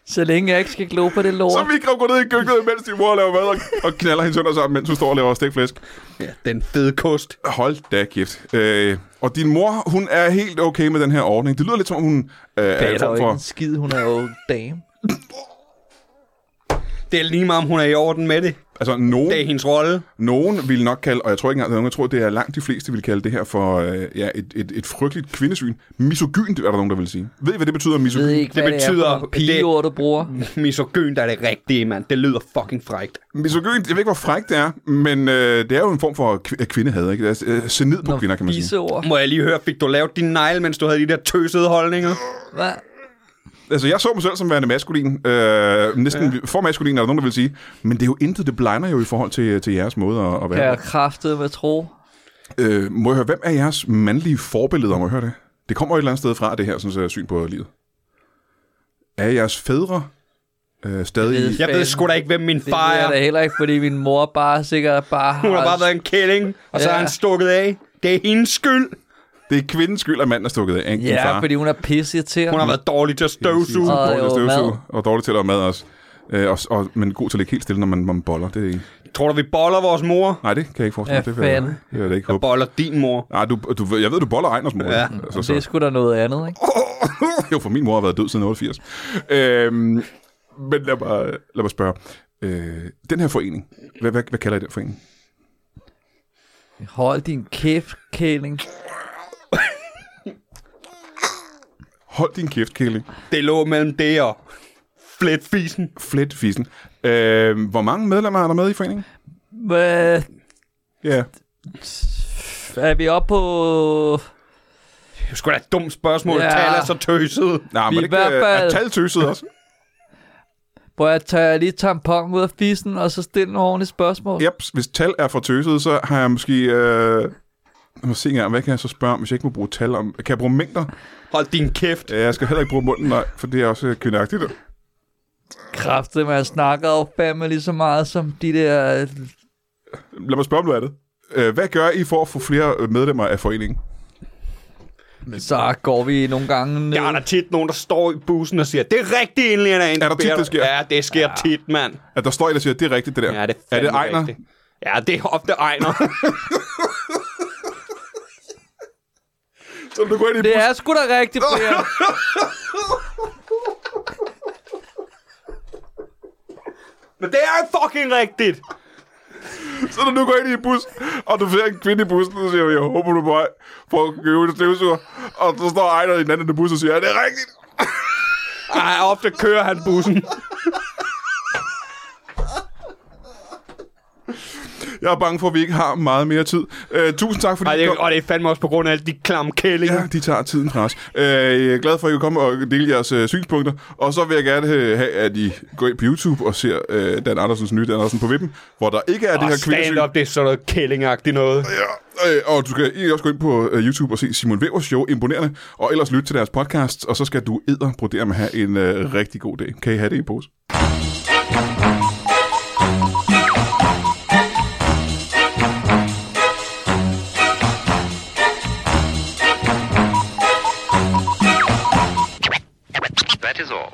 [SPEAKER 3] Så længe jeg ikke skal glo på det
[SPEAKER 1] Så
[SPEAKER 3] lort.
[SPEAKER 1] vi kan gå ned i køkkenet, mens din mor laver mad og, og knaller hendes sønner sammen, mens hun står og laver stikflæsk.
[SPEAKER 2] Ja, den fede kost.
[SPEAKER 1] Hold da kæft. Øh, og din mor, hun er helt okay med den her ordning. Det lyder lidt som, om hun øh, er en
[SPEAKER 3] Det er jo
[SPEAKER 1] form
[SPEAKER 3] ikke
[SPEAKER 1] for...
[SPEAKER 3] en skid, hun er jo dame.
[SPEAKER 2] Det er lige meget, om hun er i orden med det.
[SPEAKER 1] Altså, nogen,
[SPEAKER 2] Det er hendes rolle.
[SPEAKER 1] nogen vil nok kalde, og jeg tror ikke engang, at nogen, jeg tror, det er langt de fleste, vil kalde det her for øh, ja, et, et, et frygteligt kvindesyn. Misogynt, er der nogen, der vil sige. Ved I, hvad det betyder,
[SPEAKER 3] Jeg ved
[SPEAKER 1] misogyn?
[SPEAKER 3] ikke, hvad det,
[SPEAKER 2] betyder-
[SPEAKER 3] betyder, er for nogle pigeord, du bruger.
[SPEAKER 2] Misogyn, der er det rigtige, mand. Det lyder fucking frægt.
[SPEAKER 1] Misogynt, jeg ved ikke, hvor frækt det er, men øh, det er jo en form for kv- kvindehad, ikke? Det er øh, se ned på Nå, kvinder, kan man sige.
[SPEAKER 3] Disse ord.
[SPEAKER 2] Må jeg lige høre, fik du lavet din negle, mens du havde de der tøsede holdninger?
[SPEAKER 3] Hvad?
[SPEAKER 1] Altså, jeg så mig selv som værende maskulin. Øh, næsten ja. for maskulin, er der nogen, der vil sige. Men det er jo intet, det blegner jo i forhold til, til jeres måde at, at
[SPEAKER 3] Kan
[SPEAKER 1] være.
[SPEAKER 3] jeg kraftede med tro?
[SPEAKER 1] Ja. Øh, må jeg høre, hvem er jeres mandlige forbilleder? Må jeg høre det? Det kommer jo et eller andet sted fra, det her sådan, så syn på livet. Er jeres fædre øh,
[SPEAKER 3] Jeg
[SPEAKER 1] stadig...
[SPEAKER 3] ved-
[SPEAKER 2] Jeg ved sgu da ikke, hvem min
[SPEAKER 3] Det
[SPEAKER 2] far
[SPEAKER 3] ved
[SPEAKER 2] er.
[SPEAKER 3] jeg da heller ikke, fordi min mor bare sikkert bare har...
[SPEAKER 2] Hun har bare været en kælling, og så
[SPEAKER 3] Ja.
[SPEAKER 2] er han stukket af. Det er hendes skyld.
[SPEAKER 1] Det er kvindens skyld, at manden er stukket af. Ikke? Din
[SPEAKER 3] Ja,
[SPEAKER 1] far.
[SPEAKER 3] fordi hun er pisseirriterende.
[SPEAKER 2] Hun har været dårlig til at støvsuge.
[SPEAKER 3] Mm. Og
[SPEAKER 1] Dårlig til at
[SPEAKER 3] jo,
[SPEAKER 1] støvsuge,
[SPEAKER 3] mad.
[SPEAKER 1] og dårlig til at lave mad også. Øh, og, og, men god til at ligge helt stille, når man, man boller. Det er ikke...
[SPEAKER 2] Tror du, vi boller vores mor?
[SPEAKER 1] Nej, det kan jeg ikke forestille mig.
[SPEAKER 3] Ja,
[SPEAKER 1] det vil jeg,
[SPEAKER 3] fanden.
[SPEAKER 1] det vil jeg da ikke
[SPEAKER 2] Jeg
[SPEAKER 1] håbe.
[SPEAKER 2] boller din mor.
[SPEAKER 1] Nej, du, du, ved- jeg ved, du boller Ejners mor.
[SPEAKER 2] Ja.
[SPEAKER 1] Altså,
[SPEAKER 3] Det er sgu da noget andet, ikke?
[SPEAKER 1] jo, for min mor har været død siden 88. Øhm, men lad mig, lad mig spørge. Øh, den her forening, hvad, hvad, hvad kalder I den forening?
[SPEAKER 3] Hold din kæft, kæling.
[SPEAKER 1] Hold din kæft, Kæling.
[SPEAKER 2] Det lå mellem det og fletfisen.
[SPEAKER 1] Flet fissen. Øh, hvor mange medlemmer er der med i foreningen?
[SPEAKER 3] Hvad?
[SPEAKER 1] Ja.
[SPEAKER 3] Er vi oppe på...
[SPEAKER 2] Det er sgu da et dumt spørgsmål.
[SPEAKER 3] Ja.
[SPEAKER 2] Ja. Tal er så tøset.
[SPEAKER 1] Nej,
[SPEAKER 3] Vi
[SPEAKER 1] men det
[SPEAKER 3] er i hvert fald-
[SPEAKER 1] er taltøset også.
[SPEAKER 3] Hvor jeg tager lige tampon ud af fissen, og så stiller nogle ordentlige spørgsmål.
[SPEAKER 1] Yep, hvis tal er for tøset, så har jeg måske... Øh, jeg må se engang, hvad kan jeg så spørge om, hvis jeg ikke må bruge tal om? Kan jeg bruge mængder?
[SPEAKER 2] Hold din kæft.
[SPEAKER 1] Ja, Jeg skal heller ikke bruge munden, nej, for det er også kvindeagtigt.
[SPEAKER 3] Kræftet med at snakke og fandme lige så meget som de der...
[SPEAKER 1] Lad mig spørge om noget andet. Øh, Hvad gør I for at få flere øh, medlemmer af foreningen?
[SPEAKER 3] Så går vi nogle gange ned.
[SPEAKER 2] Der er der tit nogen, der står i bussen og siger, det er rigtigt endelig, at der en,
[SPEAKER 1] Er der tit,
[SPEAKER 2] beder
[SPEAKER 1] det
[SPEAKER 2] dig."
[SPEAKER 1] sker?
[SPEAKER 2] Ja, det sker ja. tit, mand.
[SPEAKER 1] At der står en, der siger, det er rigtigt, det der.
[SPEAKER 2] Ja, det er,
[SPEAKER 1] er det
[SPEAKER 2] fandme
[SPEAKER 1] Ejner?
[SPEAKER 2] rigtigt. Ja, det er ofte Ejner.
[SPEAKER 1] Så du går ind i
[SPEAKER 3] Det er sgu da rigtigt, Brian.
[SPEAKER 2] Men det er fucking rigtigt.
[SPEAKER 1] Så når du går ind i en bus, og du ser en kvinde i bussen, så siger vi, jeg håber du er på vej for at købe en støvsuger. Og så står Ejner i den anden bus og siger, det er rigtigt.
[SPEAKER 2] Ej, ofte kører han bussen.
[SPEAKER 1] Jeg er bange for, at vi ikke har meget mere tid. Øh, tusind tak, fordi
[SPEAKER 2] Ej,
[SPEAKER 1] I
[SPEAKER 2] det,
[SPEAKER 1] kom.
[SPEAKER 2] og det er fandme også på grund af alle de klamme kællinger.
[SPEAKER 1] Ja, de tager tiden fra os. Øh, jeg er glad for, at I kom og dele jeres øh, synspunkter. Og så vil jeg gerne øh, have, at I går ind på YouTube og ser øh, Dan Andersens nye Dan Andersen på Vippen, hvor der ikke er det her
[SPEAKER 2] Og
[SPEAKER 1] kvindesyn.
[SPEAKER 2] stand up, det er sådan noget kællingagtigt noget.
[SPEAKER 1] Ja, øh, og du skal egentlig også gå ind på øh, YouTube og se Simon Vævers show, imponerende, og ellers lytte til deres podcast, og så skal du edderbrodere med at have en øh, rigtig god dag. Kan I have det i pose?
[SPEAKER 4] That is all.